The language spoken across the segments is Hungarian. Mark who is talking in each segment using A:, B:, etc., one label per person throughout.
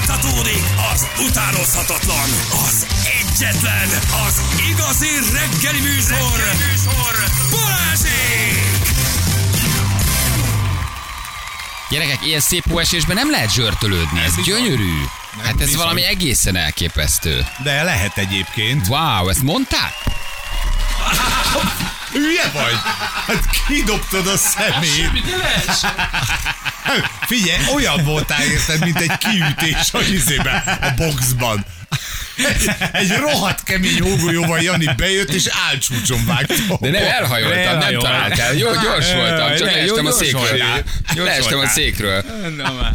A: Fújtatódik az utánozhatatlan, az egyetlen, az igazi reggeli műsor, reggeli műsor. Balázsék!
B: Gyerekek, ilyen szép hóesésben nem lehet zsörtölődni, ez
C: bizony.
B: gyönyörű.
C: Nem
B: Hát ez
C: bizony.
B: valami egészen elképesztő.
C: De lehet egyébként.
B: Wow, ezt mondták?
C: Hülye vagy? Hát kidobtad a szemét. Figyelj, olyan voltál érted, mint egy kiütés a izében, a boxban. Egy rohadt kemény hógolyóval Jani bejött, és álcsúcson vágta.
B: De nem, elhajoltam, nem
D: elhajolt.
B: találtál. Jó, gyors
D: Jaj,
B: voltam, csak
D: le-
B: leestem
D: jó,
B: a
D: gyors
B: székről.
D: voltál. Gyors
B: Leestem a
D: voltál.
B: székről.
D: Na már.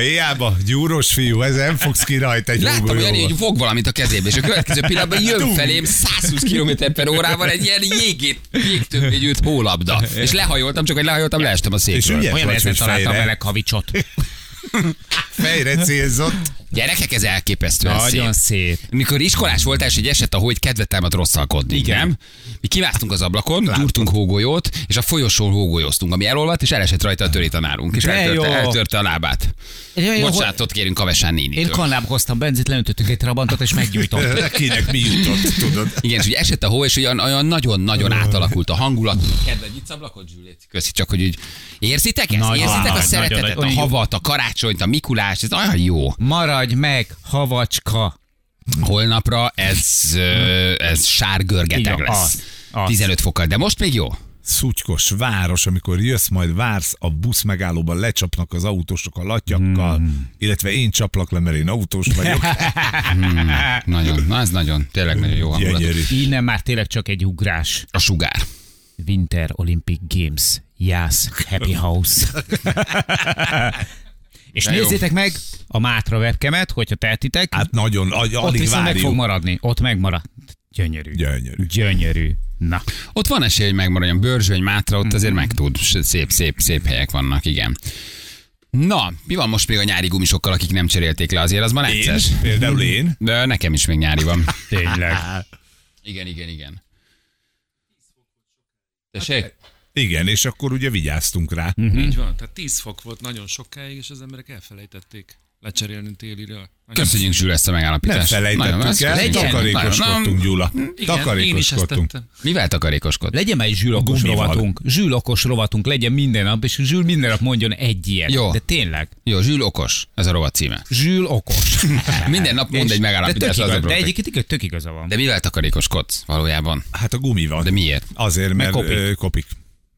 C: Hiába, gyúros fiú, ez nem fogsz ki rajta egy
B: Láttam, hogy Jani,
C: hógolyóval.
B: hogy fog valamit a kezébe, és a következő pillanatban jön felém 120 km per órával egy ilyen jégét, jégtömbégyűlt hólabda. És lehajoltam, csak hogy lehajoltam, leestem a
C: És
B: székről.
C: ügyes
D: Olyan
C: vagy,
D: nehezen
C: hogy
D: találtam
C: fejre,
D: meleg havicsot.
C: fejre célzott.
B: Gyerekek, ez elképesztően szép.
D: Nagyon szép.
B: Mikor iskolás voltál, és egy eset, ahogy kedvet támad rosszalkodni, Igen. nem? Mi kimásztunk az ablakon, Látom. gyúrtunk hógolyót, és a folyosón hógolyóztunk, ami elolvadt, és elesett rajta a törétanárunk, és
D: De jó.
B: eltörte, eltörte, a lábát.
D: Jó, jó,
B: Bocsánatot kérünk Kavesán
D: Én
B: nénitől.
D: kanláb hoztam benzit, leöntöttük egy trabantot, és meggyújtom.
C: Kinek mi jutott, tudod.
B: Igen, és ugye esett a hó, és olyan, olyan nagyon-nagyon átalakult a hangulat. Kedved, nyitsz ablakot, Zsüli, léci. Köszi, csak hogy úgy érzitek ezt?
D: Nagyon
B: érzitek a
D: nagy,
B: szeretetet,
D: nagyon nagy.
B: a havat, a karácsonyt, a Mikulást, ez olyan jó.
D: Maradj meg, havacska.
B: Holnapra ez, ö, ez sárgörgeteg
D: Igen,
B: lesz.
D: az, az.
B: 15 fokkal, de most még jó?
C: szutykos város, amikor jössz, majd vársz, a busz megállóban lecsapnak az autósok a latyakkal, hmm. illetve én csaplak le, mert én autós vagyok.
B: Nagyon, na ez nagyon, tényleg nagyon jó hangulat.
C: E, Gyönyörű.
D: Innen már tényleg csak egy ugrás.
B: A sugár.
D: Winter Olympic Games. Yes, happy house. És
B: De jó.
D: nézzétek meg a Mátra webkemet, hogyha tehetitek.
C: Hát nagyon, alig
D: Ott
C: alig
D: viszont meg fog
C: várjuk.
D: maradni. Ott megmarad. Gyönyörű.
C: Gyönyörű.
D: Gyönyörű. Na.
B: Ott van esély, hogy megmaradjon Börzsöny, Mátra, ott
C: Mhm.
B: azért meg tud. S- Szép, szép, szép helyek vannak, igen. Na, mi van most még a nyári gumisokkal, akik nem cserélték le azért, az ma
C: Én,
B: necces.
C: például én.
B: De nekem is még nyári van.
D: Tényleg.
B: Igen, igen, igen. Tessék?
C: Igen, és akkor ugye vigyáztunk rá.
E: Hát, e,
B: Mhm.
E: Így van, tehát 10 fok volt nagyon sokáig, és az emberek elfelejtették lecserélni télire.
B: Köszönjük Zsül ezt a
C: Nem
B: megállapítást. Nagyon,
C: felejtettük
B: ezt
C: el,
B: köszönjük. Nagyon,
C: takarékoskodtunk,
B: na,
C: Gyula.
E: Igen, én is ezt
C: Takarékoskodtunk.
E: tettem.
B: Mivel takarékoskodtunk?
D: Legyen már egy zsűlokos
C: Gumival.
D: rovatunk. Zsűlokos rovatunk legyen minden nap, és Zsűl minden nap mondjon egy ilyet.
B: Jó.
D: De tényleg,
B: Jó, Zsül okos, ez a rovat címe.
D: Zsűl okos.
B: Minden nap mond
D: És-
B: egy
D: De,
B: megállapítást.
D: tök
B: az
D: igaz,
B: a
D: de
B: profi.
D: egyébként tök- tök igaza van.
B: De mivel takarékoskodsz valójában?
C: Hát a gumi van.
B: De miért?
C: Azért, mert
D: kopik.
C: kopik. kopik.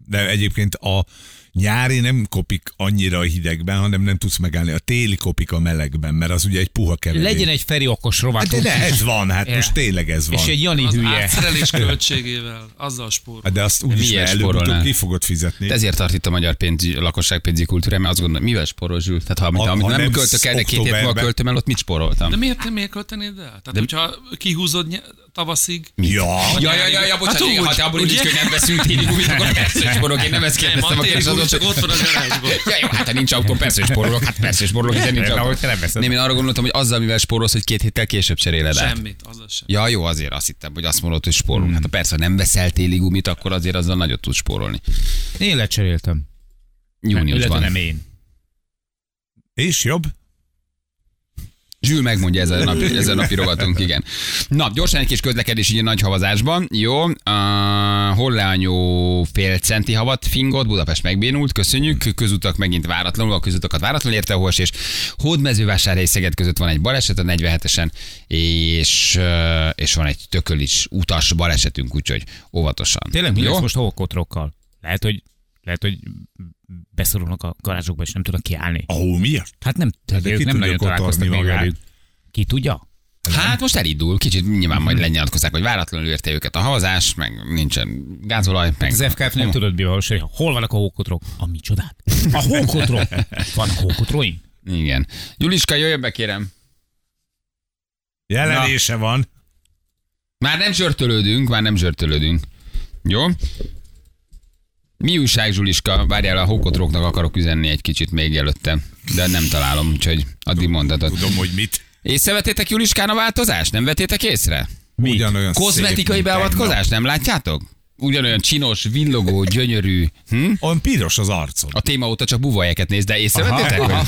C: De egyébként a nyári nem kopik annyira a hidegben, hanem nem tudsz megállni. A téli kopik a melegben, mert az ugye egy puha keverék.
D: Legyen egy Feri okos
C: Hát
D: rovatunk.
C: de ne, ez van, hát
D: Ja.
C: most tényleg ez van.
D: és egy Jani
E: Az
D: hülye.
E: átszerelés költségével, azzal spórol.
C: Hát De azt úgyis
B: Miért
C: előbb
B: sporolnál?
C: ki fogod fizetni.
B: De ezért tart itt a magyar pénz, lakosság pénzi kultúra, mert azt gondolom, mivel spórol Zsül? Tehát ha, amit,
C: Ha-
B: amit
C: ha
B: nem,
C: nem
B: költök el, de két hét múlva
C: októberben.
B: költöm el, ott mit spóroltam?
E: De miért, miért költenéd el? Tehát, hogyha kihúzod ny- tavaszig,
C: Ja,
B: Ja, ja, ja, ja, bocsánat,
E: Hát
B: igen,
E: úgy,
B: ha te abból úgy
E: ugye?
B: hogy nem veszünk téli gumit, akkor persze, hogy sporolok, én nem ezt
E: nem,
B: kérdeztem
E: a
B: a
E: télgumi
B: kérdezőt.
E: csak ott van a garázsban.
B: Ja, jó, hát ha nincs autó, persze, hogy sporolok, hát persze, hogy sporolok, hiszen nincs
D: Nem,
B: autó.
D: ahogy te nem veszed.
B: Nem, én arra gondoltam, hogy azzal, mivel spórolsz, hogy két héttel később cseréled át.
E: Semmit, azzal sem.
B: Ja, jó, azért azt hittem, hogy azt mondod, hogy
D: Hmm.
B: spórolunk. Hát ha persze, ha nem veszel téli gumit, akkor azért azzal nagyot tudsz spórolni.
D: Én lecseréltem. Illetve
B: Júniusban.
D: nem én.
C: és jobb?
B: Zsül megmondja ez a napi, ez a napi rovatunk, igen. Na, gyorsan egy kis közlekedés így a nagy havazásban. Jó, uh, Holleanyó fél centi havat fingott, Budapest megbénult, köszönjük. Közutak megint váratlanul, a közutakat váratlanul érte a hós, és Hódmezővásárhely Szeged között van egy baleset a 47-esen, és, uh, és van egy tökölis utas balesetünk, úgyhogy óvatosan.
D: Tényleg mi
B: jó?
D: lesz most hókotrokkal? Lehet, hogy lehet, hogy beszorulnak a garázsokba, és nem tudnak kiállni.
C: Ahó, miért?
D: Hát nem, hát
C: de
D: ők
C: ki
D: nem
C: tudja
D: nagyon
C: kotorni
D: találkoztak még
C: magát?
D: velük. Ki tudja?
B: Hát most elindul, kicsit nyilván
D: Mhm.
B: majd lenyilatkozzák, hogy váratlanul érte őket a havazás, meg nincsen gázolaj, meg...
D: Hát Az FKF nem tudod, mi van, hogy hol vannak a hókotrok? A micsodák? A hókotrok. Vannak hókotroink?
B: Igen. Gyuliska, jöjjön be, kérem.
C: Jelenése van.
B: Már nem zsörtölődünk, már nem zsörtölődünk. Jó? Mi újság, Zsuliska? Várjál, a hókotróknak akarok üzenni egy kicsit még előtte, de nem találom, úgyhogy addig mondhatod.
C: Tudom, hogy mit.
B: Észrevetétek Juliskán a változást? Nem vetétek észre?
C: Mit? Ugyanolyan szép,
B: Kozmetikai
C: mint tegnap.
B: beavatkozás, nem látjátok? ugyanolyan csinos, villogó, gyönyörű. Hm?
C: Olyan piros az arcod.
B: A téma óta csak buvajeket néz, de észrevettétek, hogy,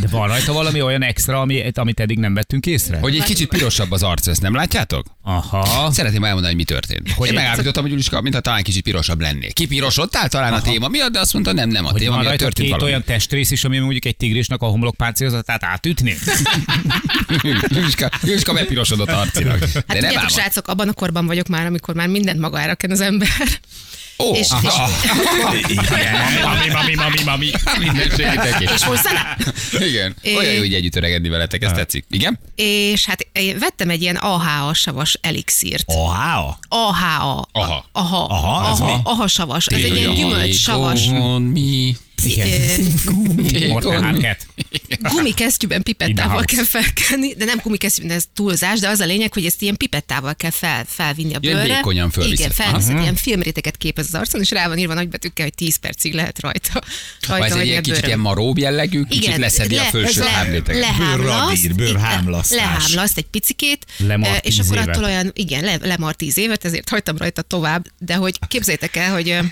D: De van rajta valami olyan extra, ami, amit eddig nem vettünk észre?
B: hogy egy kicsit pirosabb az arc, ezt nem látjátok?
D: Aha.
B: Szeretném elmondani, hogy mi történt. Hogy Én
D: egy-
B: megállapítottam, hogy Juliska, mintha talán kicsit pirosabb lennél. Kipirosodtál talán a téma miatt, de azt mondta, nem, nem a
D: Hogy
B: téma
D: van
B: miatt
D: rajta
B: történt
D: két
B: valami.
D: olyan testrész is, ami mondjuk egy tigrisnak a homlokpáncélzatát átütni?
B: Juliska, Juliska bepirosodott arcilag. De
F: Hát
B: nem
F: tudjátok,
B: ám.
F: srácok, abban a korban vagyok már, amikor már mindent magára ken az ember.
B: Ó,
F: és-
B: aha.
D: Mami, mami, mami, mami.
B: Mindenségétek.
F: És hozzá
B: Igen.
F: É.
B: Olyan jó így együtt öregedni veletek, ez tetszik. Igen?
F: És hát én vettem egy ilyen AHA savas elixírt.
C: Aha.
F: AHA.
B: Aha.
F: Aha.
C: Aha, ez mi?
F: Aha, aha savas. Ez egy ilyen gyümölcs savas.
B: Tékon mi?
D: Morten
B: Tékon mi?
D: Harket.
F: Gumikesztyűben pipettával
D: In the
F: kell felkenni, de nem gumikesztyűben, ez túlzás, de az a lényeg, hogy ezt ilyen pipettával kell fel, felvinni a
B: Ilyen
F: bőrre.
B: vékonyan fölviszed.
F: Igen, felviszed,
B: Aha.
F: ilyen filmréteget képez az arcon, és rá van írva nagybetűkkel, hogy 10 percig lehet rajta.
B: Ha
F: rajta
B: ez egy
F: hagyni
B: ilyen
F: a
B: kicsit
F: bőrön.
B: ilyen maróbb jellegű, kicsit
F: Igen,
B: leszedi a
F: le-
B: felső
F: le-
B: hámléteget.
F: Lehámlaszt,
C: Bőrradír, bőrhámlasztás.
F: igen, Lehámlaszt egy picikét,
D: Lemar
F: eh, és
D: tíz
F: akkor
D: évet.
F: attól olyan, igen, le, lemar tíz évet, ezért hagytam rajta tovább, de hogy képzeljétek el, hogy eh,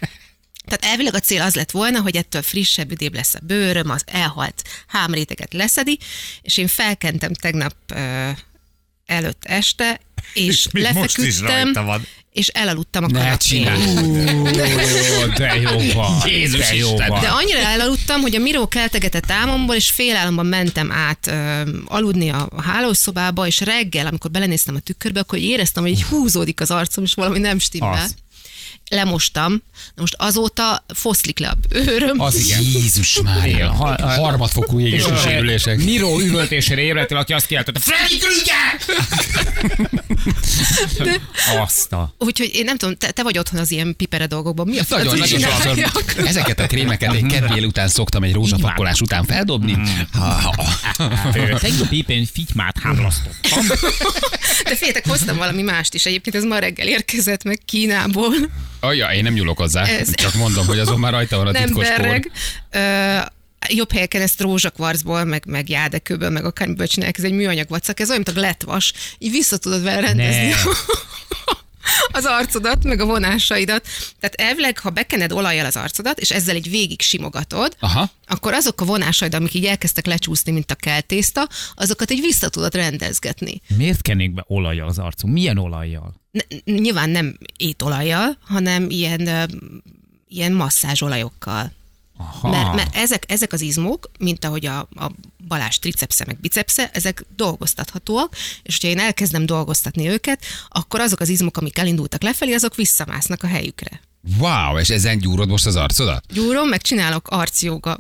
F: tehát elvileg a cél az lett volna, hogy ettől frissebb, üdébb lesz a bőröm, az elhalt hámréteget leszedi, és én felkentem tegnap eh, előtt este, és,
C: És még most is
F: lefeküdtem,
C: rajta van.
F: és elaludtam a
B: Ne
F: kanapén.
B: csinálj.
D: Ó, de jó van.
B: Jézus
D: de jó
B: Isten.
D: van.
F: De annyira elaludtam, hogy a Miró keltegetett álmomból, és félálomban mentem át ö, aludni a a hálószobába, és reggel, amikor belenéztem a tükörbe, akkor éreztem, hogy így húzódik az arcom, és valami nem stimmel.
D: Az.
F: Lemostam. Na most azóta foszlik le a bőröm.
B: Az igen. Jézus Mária.
D: Ha- ha-
B: Harmadfokú égésű sérülések.
D: Miró üvöltésére ébredtél, aki azt kiáltotta, Freddy Krüger! Azt a...
F: Úgyhogy én nem tudom, te, te vagy otthon az ilyen pipere dolgokban. Mi a
B: Nagyon,
F: francot
B: nagyon sokszor
F: csináljak?
B: Hát, ezeket a krémeket egy kedd délután szoktam egy rózsapakolás után feldobni.
D: Tegnap éppen figymát hámlasztott.
F: De féltek, hoztam valami mást is. Egyébként ez ma reggel érkezett meg Kínából.
B: Ajja, én nem nyúlok hozzá.
F: Ez-
B: Csak mondom, hogy azon már rajta van a
F: nem
B: titkos kód.
F: berreg. Ö, jobb helyeken ezt rózsakvarcból, meg, meg jádekőből, meg akármiből csinálják, ez egy műanyag vacak, ez olyan, mint a letvas, így vissza tudod vele rendezni.
D: Ne.
F: az arcodat, meg a vonásaidat. Tehát elvileg, ha bekened olajjal az arcodat, és ezzel így végig simogatod,
B: Aha.
F: akkor azok a vonásaid, amik így elkezdtek lecsúszni, mint a keltészta, azokat így vissza tudod rendezgetni.
D: Miért kenék be olajjal az arcunk? Milyen olajjal?
F: N- nyilván nem étolajjal, hanem ilyen, ö, ilyen masszázsolajokkal.
D: Aha.
F: Mert, mert ezek, ezek az izmok, mint ahogy a, a balás tricepsze meg bicepsze, ezek dolgoztathatóak, és hogyha én elkezdem dolgoztatni őket, akkor azok az izmok, amik elindultak lefelé, azok visszamásznak a helyükre.
B: Wow, és ezen gyúrod most az arcodat?
F: Gyúrom, meg csinálok arcjoga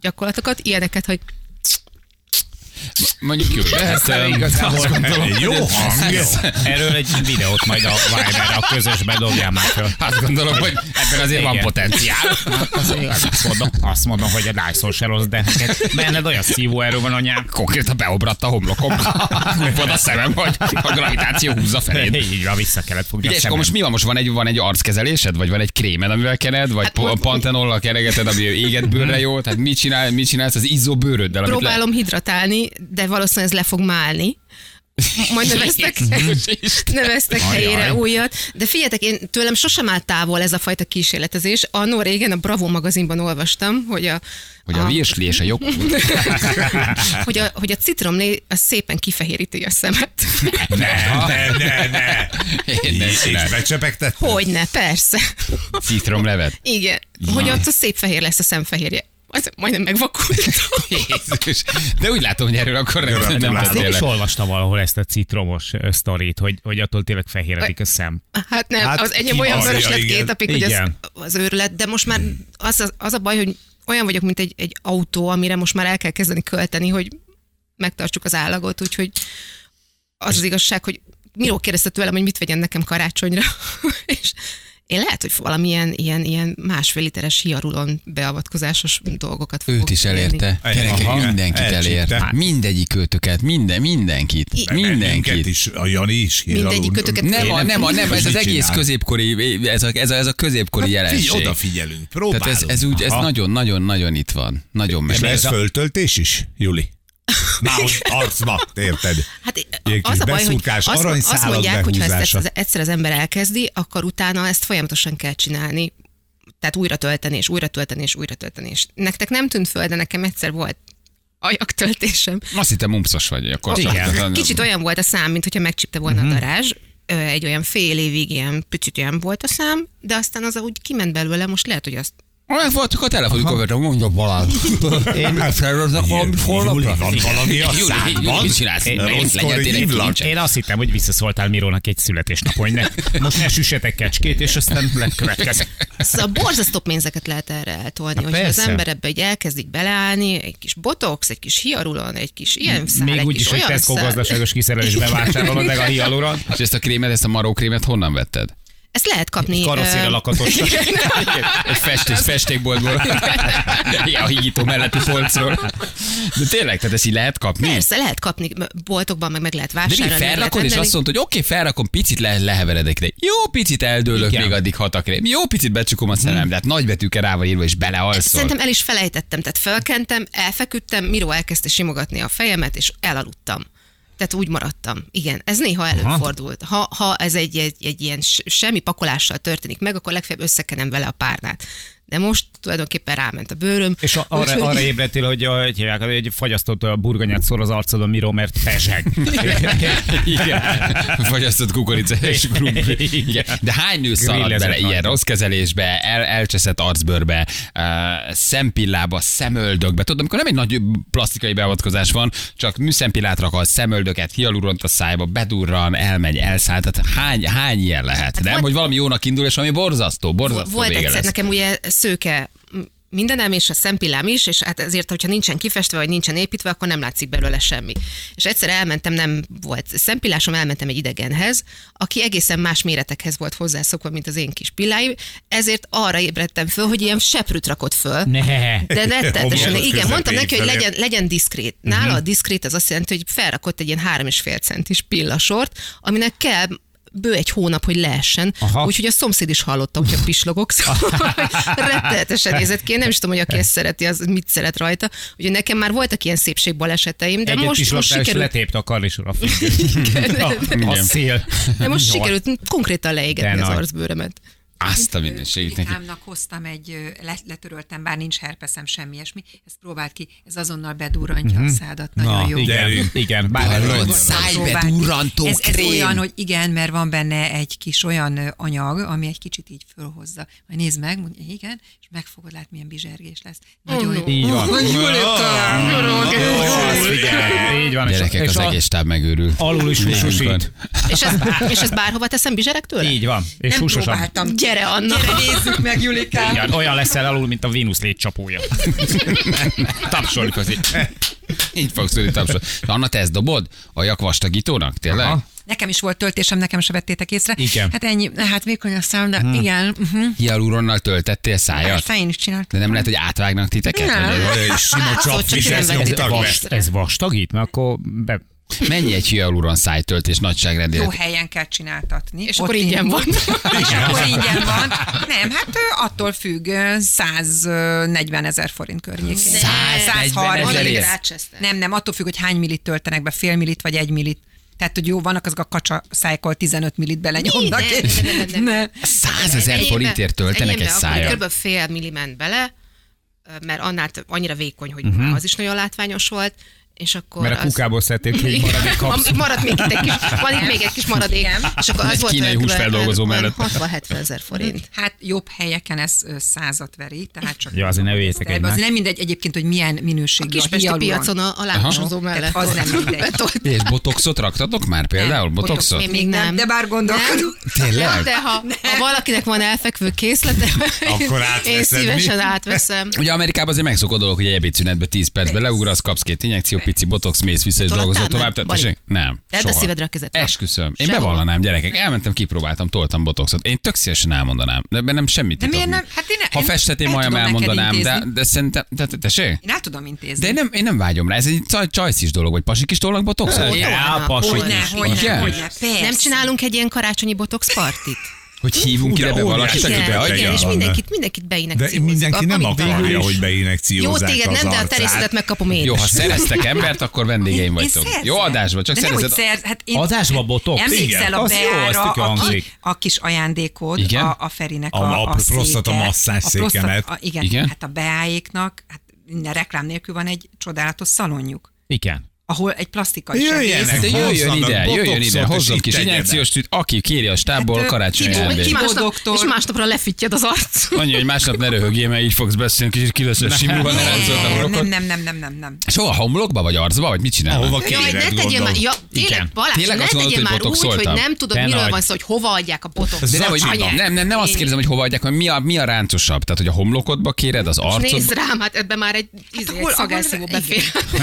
F: gyakorlatokat, ilyeneket, hogy
B: Mondjuk jó, de hát, em, azt gondolom,
C: Jó
B: hogy-
C: hang. jó.
D: Erről egy videót majd a Viber a közösbe dobjál már föl.
B: Azt gondolom, hogy ebben azért van
D: Igen.
B: potenciál.
D: Hát azért Azt mondom, azt mondom, hogy a Dyson se rossz, de neked benned olyan szívóerő van anyám.
B: Konkrétan beobradt a homlokom. Volt a szemem, hogy a gravitáció húzza feléd.
D: Így van, vissza kellett fogni
B: Ugye,
D: a
B: és akkor most
D: szemem.
B: mi van? Most van egy, van egy arckezelésed, vagy van egy krémed, amivel kened, vagy
F: Hát
B: hát,
F: most-
B: pantenollal keregeted, ami éget bőrre jó? Tehát mit, csinál, mit csinálsz az izzó bőröddel? amit le-
F: próbálom hidratálni, de valószínűleg ez le fog málni. Majd neveztek,
B: Mhm.
F: neveztek helyére újat. De figyeljetek, én tőlem sosem állt távol ez a fajta kísérletezés. Annó régen a Bravo magazinban olvastam, hogy a,
B: Hogy
F: Ah.
B: a virsli és a jog...
F: hogy a, hogy a citromlé az szépen kifehéríti a szemet.
C: Ne, ne, ne, ne.
B: Én nem
C: És
B: csinálom.
C: becsepegtett?
F: Hogyne, persze.
B: Citromlevet.
F: Igen. Hogy ott a szép fehér lesz a szemfehérje. Az majdnem megvakultam.
B: Jézus. De úgy látom, hogy erről akkor nem, nem, nem
D: Azt én is
B: beszélek.
D: olvastam valahol ezt a citromos ö, sztorit, hogy, hogy attól tényleg fehéredik a szem.
F: Hát nem,
C: Hát
F: hát az enyém olyan
C: kimarja,
F: vörös lett
C: igen. Hmm.
F: két napig, hogy az,
D: Igen.
F: az őrület, de most már az, az, az a baj, hogy olyan vagyok, mint egy, egy autó, amire most már el kell kezdeni költeni, hogy megtartsuk az állagot, úgyhogy az az igazság, hogy Miró kérdezte tőlem, hogy mit vegyen nekem karácsonyra, és én lehet, hogy valamilyen ilyen, ilyen másfél literes hiarulon beavatkozásos dolgokat fogok
B: Őt is
F: venni.
B: elérte.
C: Aha,
B: Gyerekek, mindenkit
C: elcsípte. Hát-
B: elér. Mindegyik őtöket, minden, mindenkit.
F: I-
C: Minket
B: Mindenkit.
C: is, a Jani is. hír
F: Mindegyik
C: alul.
F: kötöket
B: Nem, a, nem, a, nem, ez az
C: Mit
B: egész
C: csinál?
B: középkori, ez a, ez a, ez a középkori
C: Figy,
B: jelenség.
C: hát odafigyelünk,
B: Tehát
C: próbálunk.
B: ez, ez úgy, ez
D: Aha.
B: nagyon-nagyon-nagyon itt van. Nagyon meg.
C: És lesz föltöltés is, Juli? Már ott arcba, érted?
F: Hát
C: Ilyen kis
F: az a baj, hogy
C: beszúrkás,
F: azt, azt
C: aranyszálak
F: mondják, hogy ha ezt
C: behúzása.
F: egyszer- egyszer az ember elkezdi, akkor utána ezt folyamatosan kell csinálni. Tehát újra tölteni, és újra tölteni, és újra tölteni. És nektek nem tűnt föl, de nekem egyszer volt ajaktöltésem.
B: Azt hittem mumpszos vagy. Akkor
F: Aha.
B: csak- tehát-
F: Kicsit olyan volt a szám, mint hogyha megcsipte volna
D: Mhm.
F: a darázs. Ö, Egy olyan fél évig ilyen picit olyan volt a szám, de aztán az úgy kiment belőle, most lehet, hogy azt
B: Olyan voltak a telefonjuk, hogy mondja Balázs. Én elfelelőznek valamit holnapra.
C: Hát, Júli, van valami a
B: Júli, Júli,
C: szádban?
B: mit csinálsz? Rossz
C: Rosszkor
B: legyen, tényleg
C: hívlak.
B: nincsen.
D: Én azt hittem, hogy visszaszóltál Mirónak egy születésnapon, ne. Most ne süssetek kecskét, és aztán legkövetkezik.
F: Szóval borzasztó pénzeket lehet erre eltolni, hogyha az
D: persze.
F: ember ebbe így elkezdik beleállni, egy kis botox, egy kis hiarulon, egy kis ilyen szál,
D: Még
F: egy
D: úgy
F: kis
D: is, hogy
F: olyan
D: Tesco
F: szál.
D: gazdaságos kiszerelésbe vásárolod meg a hialuron.
B: És ezt a krémet, ezt a marókrémet honnan vetted?
F: Ezt lehet kapni.
D: Karosszére
F: ö,
D: lakatos.
B: Egy festés, festékboltból. Igen, a hígító melletti polcról. De tényleg, tehát ezt így lehet kapni?
F: Persze, lehet kapni boltokban, meg meg lehet
B: De mi
F: vásárolni. meg lehet
B: felrakod, és
F: rendelni.
B: azt mondod, hogy oké, okay, felrakom, picit le, leheveredek, de jó picit eldőlök,
D: Igen.
B: még addig hatakrém. Jó picit becsukom a szemem, de hát nagy betűkkel rá van írva, és belealszol.
F: Szerintem el is felejtettem, tehát fölkentem, elfeküdtem, Miró elkezdte simogatni a fejemet, és elaludtam. Tehát úgy maradtam. Igen, ez néha előfordult. Ha, ha ez egy, egy, egy ilyen s- semmi pakolással történik meg, akkor legfeljebb összekenem vele a párnát. De most tulajdonképpen ráment a bőröm.
D: És a, arra,
F: Úgyhogy-
D: arra ébredtél, hogy, a- hogy hívják, egy fagyasztott a burgonyát szor az arcodon, Miró, mert pezseg.
B: Igen. Fagyasztott kukorica és krumpli. Igen. De hány nő szalad
D: Grillezett
B: bele ilyen
D: arca.
B: rossz kezelésbe, el, elcseszett arcbőrbe, uh, szempillába, szemöldökbe. Tudod, amikor nem egy nagy plastikai beavatkozás van, csak műszempillát rakol, szemöldöket, hialuront a szájba, bedurran, elmegy, elszáll. Tehát hány, hány ilyen lehet? nem,
F: volt-
B: hogy valami jónak indul, és ami borzasztó, borzasztó
F: Volt
B: vége
F: egyszer,
B: lesz.
F: nekem ugye szőke m- mindenem és a szempillám is, és hát ezért, hogyha nincsen kifestve, vagy nincsen építve, akkor nem látszik belőle semmi. És egyszer elmentem, nem volt szempillásom, elmentem egy idegenhez, aki egészen más méretekhez volt hozzászokva, mint az én kis pilláim, ezért arra ébredtem föl, hogy ilyen seprűt rakott föl.
D: Ne.
F: De rettenetesen.
C: Homlokos
F: Igen, mondtam
C: közepén
F: neki, hogy
C: felé.
F: legyen, legyen diszkrét. Nála
D: Mhm.
F: a diszkrét az azt jelenti, hogy felrakott egy ilyen 3,5 centis pillasort, aminek kell bő egy hónap, hogy leessen.
D: Aha.
F: Úgyhogy a szomszéd is hallotta, hogyha pislogok, szóval rettenetesen nézett ki. Én nem is tudom, hogy aki ezt szereti, az mit szeret rajta. Ugye nekem már voltak ilyen szépségbaleseteim, de
D: Egyet
F: most, most
D: pislogtál, és
F: sikerült
D: letépte a karlisor a fingert. A szél.
F: de most
D: Jó.
F: sikerült konkrétan leégetni
D: De
F: az
D: nagy.
F: arcbőrömet.
B: Azt a mindenségét neki.
G: Klikámnak hoztam egy, ö, le- letöröltem, bár nincs herpeszem, semmi ilyesmi. Ezt próbált ki, ez azonnal bedurrantja a szádat, nagyon
D: Mhm. Na,
G: jó.
D: Ah, igen, igen. Bár
B: Hallod? Szájbedurrantó
G: ez, ez
B: krém.
G: olyan, hogy igen, mert van benne egy kis olyan ö, anyag, ami egy kicsit így fölhozza. Majd nézd meg, mondja, igen, és meg fogod látni, milyen bizsergés lesz.
F: Oh,
G: Nagyon jó.
D: Így van. Igen, így van. és-
B: Gyerekek,
D: és
B: az
D: a-
B: egész stáb megőrül.
D: Alul is
B: Nekünk van.
D: húsosít.
F: És ezt, és ezt bárhova teszem bizserek tőle?
D: Így van. És
G: Nem
D: húsosabb.
G: próbáltam.
F: Gyere, Anna!
G: Gyere, nézzük meg, Julikám!
D: Igen, olyan leszel alul, mint a Vénusz létcsapója. Tapsolj közé.
B: Így fogsz ülni tapsolni. Anna, te ezt dobod? Ajak vastagítónak? Tényleg?
D: Aha.
G: Nekem is volt töltésem, nekem se vettétek észre.
D: Igen. Mhm.
G: Hát ennyi, hát vékony a szám, de hmm. igen. Uh-huh.
B: Hialuronnal töltettél szájat?
G: Persze, én is csináltam.
B: De nem lehet, hogy átvágnak titeket?
G: Nem.
B: Vagy-
C: Jaj, Sima csapvizet nyomtak be.
D: Vas, ez vastagít, mert akkor be...
B: Mennyi egy hialuron szájtöltés nagyságrendélet?
G: Jó helyen kell csináltatni.
F: És akkor ingyen van.
G: És akkor ingyen van. Nem, hát ö, attól függ, ö, 140 ezer forint környékén.
B: 140
G: 130.
B: ezerért?
G: Nem, nem, attól függ, hogy hány millit töltenek be, fél millit vagy egy millit. Tehát, hogy jó, vannak azok a kacsa szájkol 15 millit belenyomnak.
F: Mi? Nem,
G: és-
F: nem, nem, nem, nem.
G: Ne.
B: 100 ezer
F: Enyémbe-
B: forintért töltenek egy
F: enyémbe akkor
B: szájat.
F: Kb. fél milli ment bele, mert annál több- annyira vékony, hogy uh-huh. az is nagyon látványos volt, és akkor
D: Mert a
F: az...
D: kukából szedték, hogy maradék kapsz.
F: Ma- Maradt még itt egy kis, van itt még egy kis maradék. És akkor az
B: Egy
F: volt
B: kínai
F: olyan kb.
B: húsfeldolgozó
F: olyan
B: mellett.
F: 60-70 ezer forint.
G: Hát jobb helyeken ez ö, százat veri, tehát csak...
D: Ja, azért ne üljétek
G: Az
D: egymást.
G: nem mindegy egyébként, hogy milyen minőségű a,
F: Kispesti
G: hialuron.
F: piacon a, a lángosozó mellett.
G: Tehát az nem
F: volt.
G: mindegy.
F: Betolt.
B: És botoxot raktatok már például? Botoxot?
F: Még nem.
G: De bár gondolkodunk.
F: Ja,
B: Tényleg?
F: de ha, ha valakinek van elfekvő készlete,
C: Akkor
F: én
C: átveszed, mi?
F: szívesen átveszem.
B: Ugye Amerikában azért megszokott dolog, hogy egy ebédszünetben 10 percbe leugrasz, kapsz két injekció, pici botox, mész vissza és
F: Tudod,
B: dolgozol
F: nem, nem.
B: tovább. Tehát
F: Bali.
B: tessék, nem.
F: Tedd a
B: soha.
F: szívedre a kezed.
B: Esküszöm. Én
F: Sehova.
B: bevallanám, gyerekek. Elmentem, kipróbáltam, toltam botoxot. Én tök szívesen elmondanám. De bennem semmit
G: De miért nem? Hát én-
B: Ha
G: én
B: festetém
G: el
B: majam,
G: tudom neked
B: elmondanám, de,
G: intézni.
B: de szerintem, de, de, tessék?
G: Én el tudom intézni.
B: De én nem, én nem vágyom rá, ez egy csaj, csajszis dolog, vagy pasik is tolnak botoxot?
F: Ó,
B: Én-
F: jó.
D: Á,
F: Hogyne,
D: pasit
G: Hogyne,
D: is.
G: hogyne,
B: Igen?
G: hogyne, persze.
F: Nem csinálunk egy ilyen karácsonyi botox partit?
B: Hogy hívunk
C: Ugye,
B: ide be
C: óriás
B: valakit, aki
C: Igen,
B: beadja?
F: igen, és
C: van.
F: mindenkit, mindenkit beinek
C: De mindenki nem akarja, hogy
F: Jó,
C: beinekciózzák
F: téged
C: az
F: nem, de a
C: arcát.
F: terésztedet megkapom én.
B: Jó, hát ha szereztek embert, akkor vendégeim vagytok.
G: szerzem.
B: Jó adásban, csak
G: de nem, hogy
B: szerezed.
G: szerz, hát én
D: Adásba botok?
G: Emlékszel
C: Igen.
G: a
D: Az jó, az
G: Beára,
D: tök jó
G: aki,
D: hangzik.
G: a kis ajándékod
B: Igen?
G: a, a Ferinek a,
C: A-
G: a,
C: a prostata
G: széke.
C: masszázs
G: A prostata-
C: székemet.
G: a-
B: Igen?
G: igen, igen, hát a Beáéknak, hát minden reklám nélkül van egy csodálatos szalonjuk,
D: Igen.
G: ahol egy plastikai
C: Jöjjenek,
G: sebész.
B: Hát jöjjön
C: hozzanak
B: ide, jöjjön ide,
C: botoxot,
B: hozzon
C: és
B: kis
C: itt tegyenek.
B: injekciós tűt, aki kéri a stábból
G: Hát, ö,
B: karácsonyi
G: kidobj-
B: ajándék.
F: és,
G: kidobj-
F: másnap,
G: doktor.
F: és másnapra lefittyed az arc.
B: Annyi, hogy másnap ne röhögjél, mert így fogsz beszélni, kicsit kilösz a simulban, ne ráncolod a
G: Nem,
B: homlokot.
G: nem, nem, nem, nem, nem.
B: Soha homlokba vagy arcba, vagy mit csinálnak?
C: Ahova
F: Jaj, ne
C: kéred,
F: tegyél már,
C: gondolom.
F: ja,
B: Igen.
F: tényleg, Balázs,
B: Tényleg
F: ne
B: azt mondod,
F: tegyél
B: hogy
F: már úgy, hogy
B: botoxoltam?
F: nem tudod,
D: Te
F: miről
D: nagy.
F: van szó, hogy hova adják a botox.
B: De nem, hogy,
F: Anyád,
B: nem, nem, nem azt kérdezem, hogy hova adják, hogy mi a, mi a ráncosabb. Tehát, hogy a homlokodba kéred, az
F: Nézd
B: arcodba.
F: rám, hát ebben már egy, izé, egy
G: hol-
F: szagelszívó
G: ahol-
F: befér.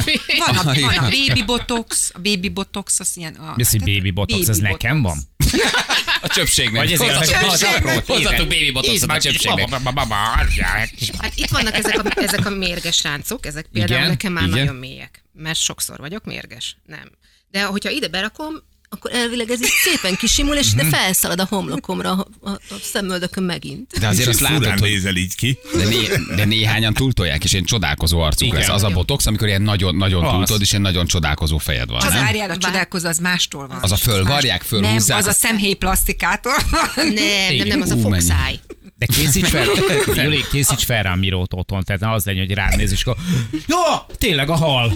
G: Van a,
B: Ah,
G: van
B: igen.
G: a baby botox, a baby botox, az ilyen... A, hát
D: Mi az, hogy baby botox, ez
G: Baby
D: nekem van?
B: A csöpségnek.
D: Vagy ezért
B: Hozzatok-
D: a
B: hozzatok-
D: csöpségnek?
B: Hozzatok baby botoxot a
D: Izmát-
B: csöpségnek.
D: Ba- ba- ba- ba- adják.
F: Hát itt vannak ezek a, ezek a mérges ráncok, ezek például igen,
B: Igen,
F: nekem már
B: igen.
F: igen. nagyon mélyek, mert sokszor vagyok mérges. Nem. De hogyha ide berakom, akkor elvileg ez így szépen kisimul, és de
B: Mhm.
F: felszalad a homlokomra, a, a, a szemöldökön megint.
B: De azért azt
C: Kicsit furán
B: látod, hogy
C: nézel így ki.
B: De, né, de néhányan túltolják, és én csodálkozó arcuk lesz. Az a botox, amikor ilyen nagyon, nagyon
D: Az.
B: túltod, és ilyen nagyon csodálkozó fejed van.
G: Az
B: nem?
G: árjára csodálkozó, az mástól van.
B: Az a fölvarják,
G: nem,
B: fölhúzzák.
G: az a szemhéj plasztikától. van.
F: Nem, nem, nem, az a
B: Ú, mennyi.
F: fogszáj.
D: De készíts fel, Juli, készíts fel rám mirót otthon, tehát ne az legyen, hogy rád néz, és akkor, ja, tényleg a hal.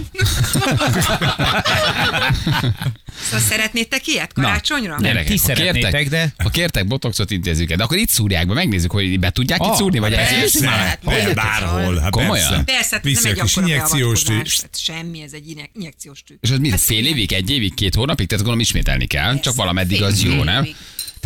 G: Szóval szeretnétek ilyet karácsonyra?
D: nem.
B: Gyerekek,
D: ti
B: ha
D: szeretnétek,
B: kértek,
D: de-
B: Ha kértek botoxot, intézzük el. De akkor itt szúrják be, megnézzük, hogy be tudják itt szúrni, vagy ez is már.
C: Persze,
F: mondjuk,
C: bárhol. Hát
B: Komolyan?
C: persze.
G: Persze, hát
C: Viszi
G: nem
C: a
G: egy
C: kis
G: akkora
C: injekciós
G: beavatkozás,
C: tűt.
G: hát semmi, ez egy injek- injekciós tű.
B: És az mi,
G: Hát
B: fél
G: igen.
B: évig, egy évig, két hónapig? Tehát gondolom ismételni kell, csak valameddig
F: fél
B: az jó,
F: évig.
B: nem?
F: Fél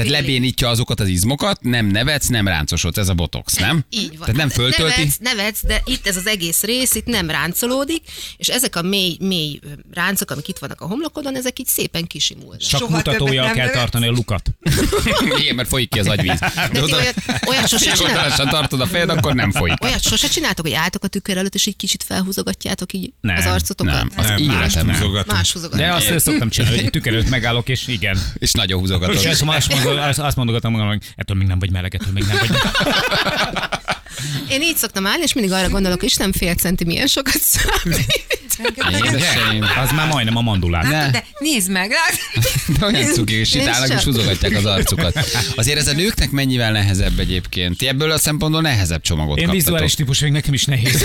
B: Tehát
F: évig.
B: lebénítja azokat az izmokat, nem nevetsz, nem ráncosodsz, ez a botox, nem?
F: Így van. Hát
B: Tehát nem föltölti?
F: Nevetsz, nevetsz, de itt ez az egész rész, itt nem ráncolódik, és ezek a mély, mély ö, ráncok, amik itt vannak a homlokodon, ezek így szépen kisimulnak.
D: Csak
G: Soha
D: mutatójal
G: többet nem
D: kell
G: nevetsz?
D: tartani a lukat.
B: Igen, mert folyik ki az agyvíz.
F: De ti
B: oda-
F: olyat, olyat sose
B: És
F: csináltok?
B: akkor tartod a fejed, akkor nem folyik.
F: Olyat sose csináltok, hogy álltok a tükör előtt, és így kicsit felhúzogatjátok így
D: Nem,
F: az arcotokat?
B: Nem, az
C: Nem, más
B: életem nem.
C: húzogatunk.
F: Más húzogatni.
D: De azt én szoktam csinálni, hogy tükör előtt megállok, és igen.
B: És nagyon
D: És azt,
B: húzogatod.
D: azt, mondom, azt, azt mondogatom magam, hogy ettől még nem vagy meleg, ettől még nem vagy
F: Én így szoktam állni, és mindig arra gondolok, és nem fél centi milyen sokat számít. Hát,
B: Édeseim.
D: Az már majdnem a mandulát.
G: Hát,
B: Ne.
G: De nézd meg, lát-
B: De olyan cukik, és itt
F: Nincs
B: állnak,
F: sem.
B: és húzogatják az arcukat. Azért ez a nőknek mennyivel nehezebb egyébként? Ti ebből a szempontból nehezebb csomagot
D: Én
B: kaptatok.
D: vizuális típus vagyok, nekem is nehéz.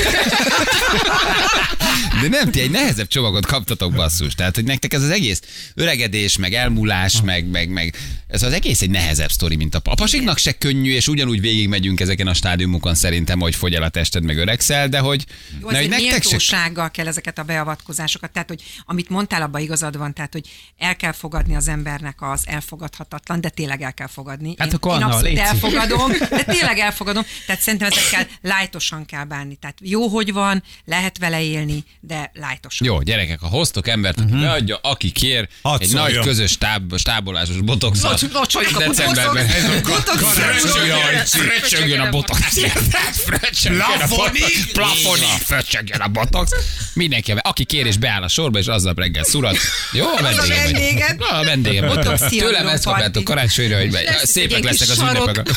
B: De nem, ti egy nehezebb csomagot kaptatok basszus. Tehát, hogy nektek ez az egész öregedés, meg elmúlás, meg, meg, meg ez az egész egy nehezebb sztori, mint a papasiknak se könnyű, és ugyanúgy végigmegyünk ezeken a stádiumokon szerintem, hogy fogy el a tested, meg öregszel, de hogy,
G: Jó,
B: na, hogy
G: azért
B: nektek se
G: méltósággal kell ezeket a beavatkozásokat. Tehát, hogy amit mondtál, abban igazad van, tehát, hogy el kell fogadni az embernek az elfogadhatatlan, de tényleg el kell fogadni.
D: Hát
G: én,
D: akkor
G: én
D: Anna,
G: abszolút
D: légy szíves.
G: elfogadom, de tényleg elfogadom. Tehát szerintem ezekkel lájtosan kell bánni. Tehát jó, hogy van, lehet vele élni, de lájtosan.
B: Jó, gyerekek, ha hoztok embert, aki beadja, aki kér,
C: Hadd
B: egy
C: szóljon.
B: nagy közös táb, stábolásos botoxot.
G: Locsoljuk a
B: Decemberben.
G: botoxot.
B: Ez a
G: Botoxot.
B: Fröcsögjön a botox. Fröcsögjön a botox.
C: Plafonig?
B: Plafonig. Fröcsögjön a botox. Mindenki, aki kér és beáll a sorba, és azzal reggel szurat. Jó, a vendégem vagy.
G: vendéged.
B: Na, a vendégem botox.
G: Botox
B: Tőlem
G: hialuron
B: ezt kapjátok
G: party.
B: karácsonyra, hogy be-
F: Lesz egy
B: szépek
F: ilyen kis
B: lesznek az
F: sarok.
B: ünnepek.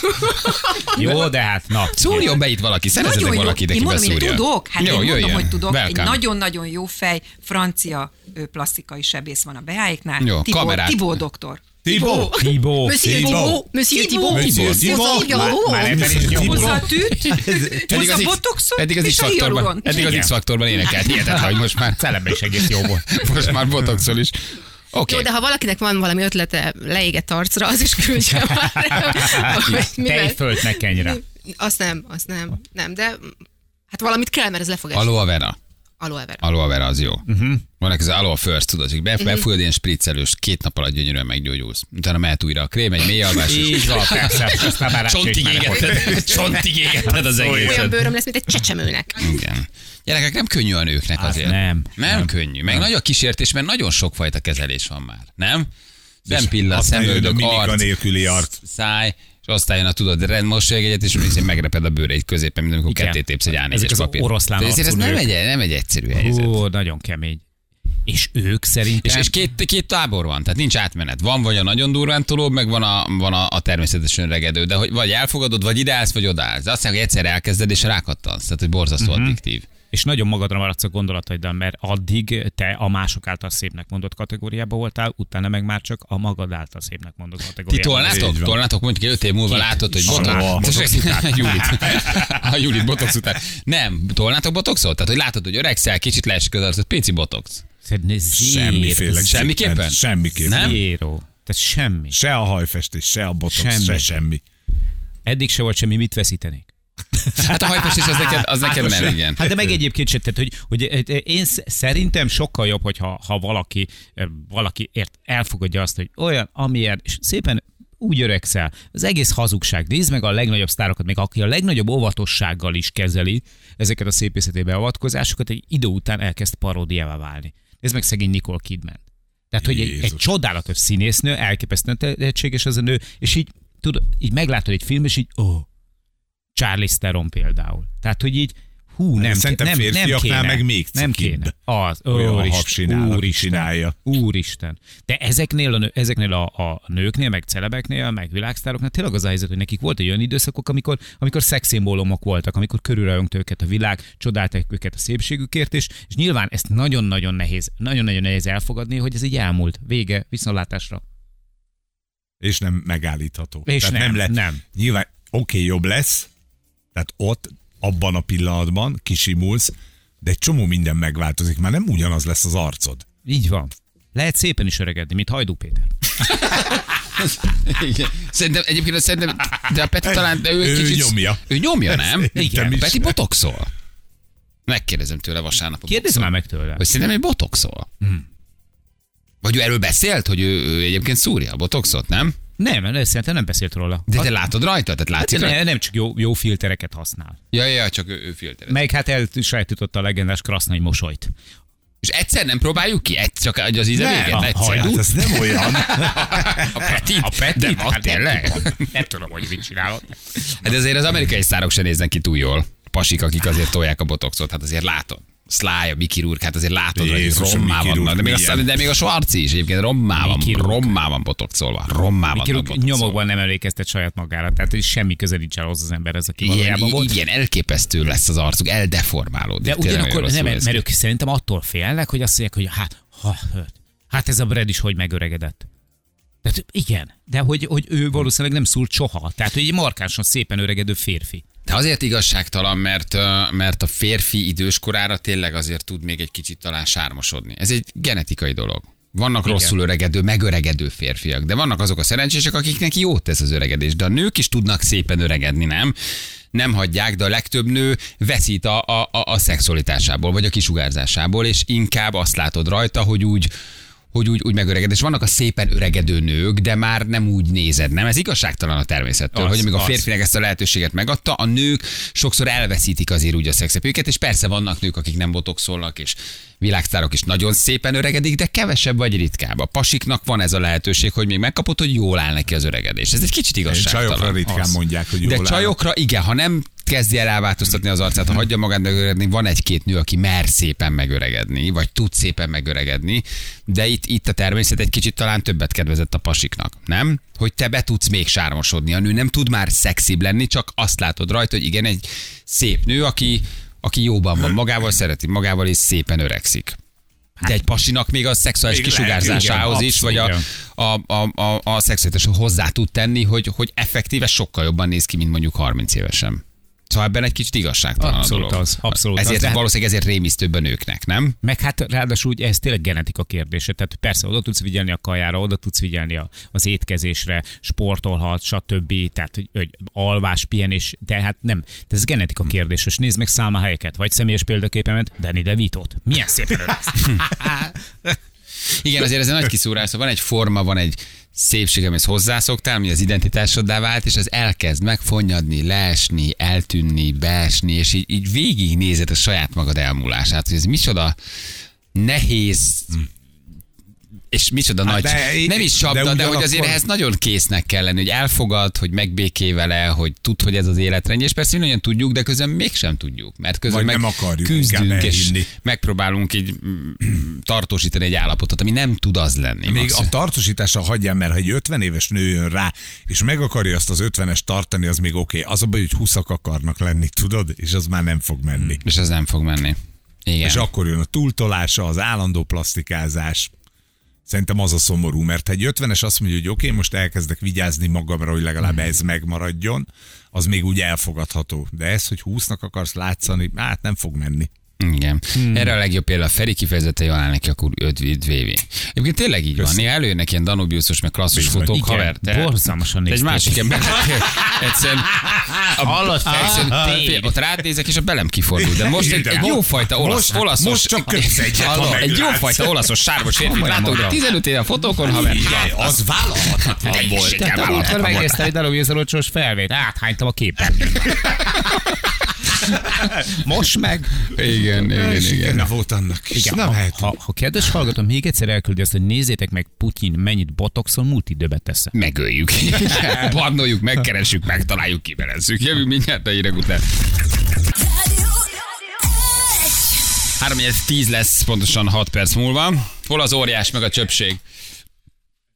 D: Jó, de hát na.
B: Szúrjon be itt valaki, szerezzetek
G: Nagyon jó.
B: valakit,
G: Én
B: aki
G: mondom, én
B: beszúrja.
G: tudok, hát én mondom,
B: jöjjön.
G: hogy tudok.
B: Welcome.
G: Egy nagyon-nagyon jó fej, francia ö, plastikai sebész van a beáiknál.
B: Jó,
G: Tibó,
B: kamerát.
G: Tibó doktor.
C: Tibó?
D: Tibó.
F: Monsieur
C: Tibó.
F: Tibó, Monsieur Tibó,
C: Monsieur Tibó.
D: Már ebben is
C: Tibó.
G: Hozza
D: nyomozom.
G: a tűt,
B: Eddig
G: hozza
B: az
G: a
B: X-
G: botoxot,
B: Eddig az
G: és a
B: X-faktorban,
G: hialuron.
B: eddig az
D: Igen.
B: X-faktorban énekelt. Hihetetlen, hogy most már
D: Szellemben is egész jó volt.
B: Most már botoxol is. Oké.
F: Jó,
G: hát
B: Okay.
F: de ha valakinek van valami ötlete leégett arcra, az is küldje már.
D: Hát
F: hogy mivel-
D: Tejfölt ne kenyre.
F: Azt nem, azt nem, nem, de hát valamit kell, mert ez le fog esni.
B: Aloe vera.
F: Aloe vera.
B: Aloe vera az jó.
D: Mhm.
B: Uh-huh. Vannak az aloe first, tudod, hogy
G: Mhm.
B: be- befújod ilyen spriccelős, két nap alatt gyönyörűen meggyógyulsz. Utána mehet újra a krém, egy mély alvás, és
D: Így van, persze, és aztán már
B: csontig
D: rácsőjük már.
B: égeted, csontig égeted az
F: Olyan
B: egészet.
F: bőröm lesz, mint egy csecsemőnek.
B: Igen. Gyerekek, nem könnyű a nőknek
D: Az
B: azért.
D: Hát nem.
B: Nem, nem
D: Nem.
B: könnyű. Meg nagy a kísértés, mert nagyon sokfajta kezelés van már. Nem? Szempilla,
C: Azt mondja,
B: szemöldök,
C: hogy mindig a
B: arc,
C: nélküli arc.
B: száj, és aztán jön a tudod, rendmosség egyet, és úgy megreped a bőreid középen, mint amikor
D: Igen.
B: ketté tépsz egy a
D: Ezek az
B: papírt.
D: oroszlán
B: De ezért ez
D: arcú
B: nem
D: nők.
B: egy, nem egy egyszerű helyzet.
D: Hú, nagyon kemény. És ők szerintem...
B: És, és két, két tábor van, tehát nincs átmenet. Van vagy a nagyon durván tolóbb, meg van a, van a, a természetesen regedő, de hogy vagy elfogadod, vagy ideálsz, vagy odállsz. De aztán, hogy egyszer elkezded, és rákattansz, tehát hogy borzasztó
D: Mhm.
B: uh-huh. addiktív.
D: és nagyon magadra maradsz a gondolataiddal, mert addig te a mások által szépnek mondott kategóriába voltál, utána meg már csak a magad által szépnek mondott
B: Ti
D: kategóriába.
B: tolnátok?
C: Így van.
B: Tolnátok, mondjuk öt év múlva látod, hogy
C: Soha.
B: botox. Tessék, Julit. A Julit botox után. Nem, tolnátok botoxot? Tehát, hogy látod, hogy öregszel, kicsit leesküdöl, hogy pici botox.
D: Szerintem zéro.
C: Semmiféle.
B: Semmiképpen?
C: Semmiképpen.
B: Nem?
D: Zéro. Tehát semmi.
C: Se a hajfestés, se a botox,
D: Semmi.
C: se semmi.
D: Eddig se volt semmi, mit veszítenék?
B: Hát a hajfestés az neked, az neked
D: most-
B: nem, igen.
D: Hát de meg egyébként sem, tehát, hogy, hogy eh, én sz- szerintem sokkal jobb, hogyha ha valaki, eh, valaki ért, elfogadja azt, hogy olyan, amilyen, és szépen úgy öregszel. Az egész hazugság. Nézd meg a legnagyobb sztárokat, még aki a legnagyobb óvatossággal is kezeli ezeket a szépészeti beavatkozásokat, egy idő után elkezd paródiává válni. Nézd meg szegény Nicole Kidman. Tehát, hogy egy, egy
C: Jézus.
D: csodálatos színésznő, elképesztően tehetséges az a nő, és így, tudod, így meglátod egy film, és így, ó, oh, Charlize Theron például. Tehát, hogy így, hú, nem,
C: Hát Szerintem
D: nem, nem
C: férfiaknál
D: kéne.
C: meg még
D: nem
C: cikibb.
D: kéne. Az,
C: Olyan
D: úristen,
C: habsinál, aki
D: úristen,
C: csinálja.
D: úristen. De ezeknél a, nő- ezeknél a, a, nőknél, meg celebeknél, meg világsztároknál tényleg az a helyzet, hogy nekik volt egy olyan időszakok, amikor, amikor szexszimbólumok voltak, amikor körülrajongta őket a világ, csodálták őket a szépségükért, és, és nyilván ezt nagyon-nagyon nehéz, nagyon-nagyon nehéz elfogadni, hogy ez így elmúlt. Vége, viszontlátásra.
C: És nem megállítható.
D: És
C: Tehát
D: nem,
C: lett-
D: nem.
C: Nyilván, oké, okay, jobb lesz, tehát ott, abban a pillanatban kisimulsz, de egy csomó minden megváltozik, már nem ugyanaz lesz az arcod.
D: Így van. Lehet szépen is öregedni, mint Hajdú Péter.
B: Igen. Szerintem egyébként szerintem, de a Peti talán, de ő,
C: Ő
B: kicsit,
C: nyomja.
B: Ő nyomja, nem?
C: Szerintem
B: Igen.
C: is.
B: Peti botoxol. Megkérdezem tőle vasárnap. a
D: Kérdezz
B: boxon.
D: már meg tőle.
B: Hogy szerintem egy botoxol. Vagy ő erről beszélt, hogy ő, ő egyébként szúrja a botoxot, nem?
D: Nem, nem, szerintem nem beszélt róla.
B: De te látod rajta? Tehát látszik
D: Hát
B: rajta?
D: ne, nem csak jó, jó filtereket használ.
B: Ja, ja, ja, csak ő, ő filterez.
D: Meg hát elsajátította a legendás krasznai mosolyt.
B: És egyszer nem próbáljuk ki? Egy, csak hogy az íze
D: Nem,
B: véget?
D: a
B: Egyszer.
D: hajdú.
C: Hát ez nem olyan.
B: A Petit? A Petit?
D: hát
B: De ma tényleg?
D: Nem tudom, hogy mit csinálod.
B: Hát azért az amerikai szárok se néznek ki túl jól. Pasik, akik azért tolják a botoxot, hát azért látod. Sly, a Mickey Rourke, hát azért látod, hogy
C: Jézusom,
B: rommá
C: Mickey Rourke
B: vannak. De még, a,
C: milyen?
B: de még a Schwarzi is egyébként rommá van,
D: Mickey Rourke.
B: rommá van botoxolva. Rommá van
D: Kiruk
B: botoxolva.
D: nyomokban nem emlékeztet saját magára, tehát így semmi köze nincs ahhoz az ember, ez aki
B: Igen,
D: valójában volt.
B: igen, elképesztő lesz az arcuk, eldeformálódik.
D: De
B: Tényleg
D: ugyanakkor
B: nagyon
D: nem,
B: rosszul néz
D: mert
B: ki.
D: ők szerintem attól félnek, hogy azt mondják, hogy hát, ha, hát ez a Brad is hogy megöregedett. Tehát igen, de hogy, hogy ő valószínűleg nem szúrt soha. Tehát, hogy egy markánsan szépen öregedő férfi.
B: De azért igazságtalan, mert, ö, mert a férfi időskorára tényleg azért tud még egy kicsit talán sármosodni. Ez egy genetikai dolog. Vannak Igen. rosszul öregedő, megöregedő férfiak, de vannak azok a szerencsések, akiknek jót tesz az öregedés. De a nők is tudnak szépen öregedni, nem? Nem hagyják, de a legtöbb nő veszít a, a, a, a szexualitásából, vagy a kisugárzásából, és inkább azt látod rajta, hogy úgy, hogy úgy, úgy megöreged. És vannak a szépen öregedő nők, de már nem úgy nézed, nem? Ez igazságtalan a természettől,
D: Az,
B: hogy amíg a
D: az.
B: férfinek ezt a lehetőséget megadta, a nők sokszor elveszítik azért úgy a szexepőket, és persze vannak nők, akik nem botoxolnak, és világsztárok is nagyon szépen öregedik, de kevesebb vagy ritkább. A pasiknak van ez a lehetőség, hogy még megkapod, hogy jól áll neki az öregedés. Ez egy kicsit igazságtalan.
C: Csajokra ritkán
B: Az.
C: mondják, hogy jól
B: De
C: áll.
B: csajokra igen, ha nem kezdje el elváltoztatni az arcát, ha hagyja magát megöregedni, van egy-két nő, aki mer szépen megöregedni, vagy tud szépen megöregedni, de itt, itt a természet egy kicsit talán többet kedvezett a pasiknak, nem? Hogy te be tudsz még sármosodni, a nő nem tud már szexibb lenni, csak azt látod rajta, hogy igen, egy szép nő, aki, aki jóban van magával, szereti magával, és szépen öregszik. De egy pasinak még a szexuális
C: Még
B: kisugárzásához
C: lehet,
B: is, vagy a, a, a, a, a szexuális hozzá tud tenni, hogy, hogy effektíve sokkal jobban néz ki, mint mondjuk 30 évesen. Szóval ebben egy kicsit igazságtalan
D: Abszolút
B: a dolog.
D: az, abszolút az,
B: ezért,
D: de hát-
B: Valószínűleg ezért rémisztőbb a nőknek, nem?
D: Meg hát ráadásul ugye ez tényleg genetika kérdése, tehát persze oda tudsz figyelni a kajára, oda tudsz figyelni a, az étkezésre, sportolhat, stb. Tehát hogy, hogy alvás, pihenés, de hát nem. De ez genetika kérdés, és nézd meg száma helyeket, vagy személyes példaképemet, Danny DeVito-t. Milyen szép
B: Igen, azért ez egy nagy kiszúrás, szóval van egy forma, van egy szépség, amihez hozzászoktál, ami az identitásoddá vált, és az elkezd megfonyadni, leesni, eltűnni, beesni, és így, így végignézed a saját magad elmúlását, hogy ez micsoda nehéz és micsoda
D: Hát
B: nagy,
D: de-
B: de, nem is csapda, de,
D: de
B: de hogy azért
D: ugyanakkor-
B: ehhez nagyon késznek kell lenni, hogy elfogad, hogy megbékél vele, hogy tud, hogy ez az életrendje, és persze mindannyian tudjuk, de közben mégsem tudjuk, mert közben
C: Vagy
B: meg
C: nem akarjuk,
B: küzdünk,
C: inkább
B: és
C: elhinni.
B: megpróbálunk így mm, tartósítani egy állapotot, ami nem tud az lenni.
C: Még
B: Max.
C: a tartósítással hagyjál, mert ha egy 50 éves nő jön rá, és meg akarja azt az 50-es tartani, az még oké. Okay. Az a baj, hogy 20 akarnak lenni, tudod? És az már nem fog menni.
B: És ez nem fog menni. Igen.
C: És akkor jön a túltolása, az állandó plastikázás. Szerintem az a szomorú, mert ha egy 50-es azt mondja, hogy oké, okay, most elkezdek vigyázni magamra, hogy legalább ez megmaradjon, az még úgy elfogadható. De ez, hogy 20-nak akarsz látszani, hát nem fog menni.
B: Igen. Hmm. Erre a legjobb példa a Feri kifejezetten jól áll neki, akkor 5 VV. Egyébként tényleg így van. Néha előjönnek ilyen Danubiusos, meg klasszos
C: Bizony.
B: fotók,
D: Igen,
B: haver. te-
D: borzalmasan
B: te Egy
D: nézték.
B: másik ember. Egyszerűen a,
D: Hallod, Feri?
B: egyszerűen
D: Ah,
B: fél-
D: tény.
B: ott rád nézek, és a belem kifordul. De most egy, egy
C: Most-
B: jófajta olasz,
C: most-
B: olaszos...
C: most csak kötsz egyet, ha
B: Hallod, Egy
C: meglátsz.
B: jófajta olaszos sármos férfi látok, de 15 éve a fotókon, haver.
C: Az vállalhatatlan volt.
D: Te a múltkor megnéztem egy darab Jézolócsos felvét, áthánytam a képen. Most meg.
B: Igen, igen, igen.
C: Na volt annak is.
D: Igen,
C: Na,
D: ha,
C: hát.
D: ha, ha kedves hallgatom, még egyszer elküldi azt, hogy nézzétek meg Putyin mennyit botoxol, múlt időbe tesz.
B: Megöljük. Barnoljuk, megkeressük, megtaláljuk, kibelezzük. Jövünk mindjárt a hírek után.
H: Rádió.
B: 3 10 lesz pontosan 6 perc múlva. Hol az óriás meg a csöpség?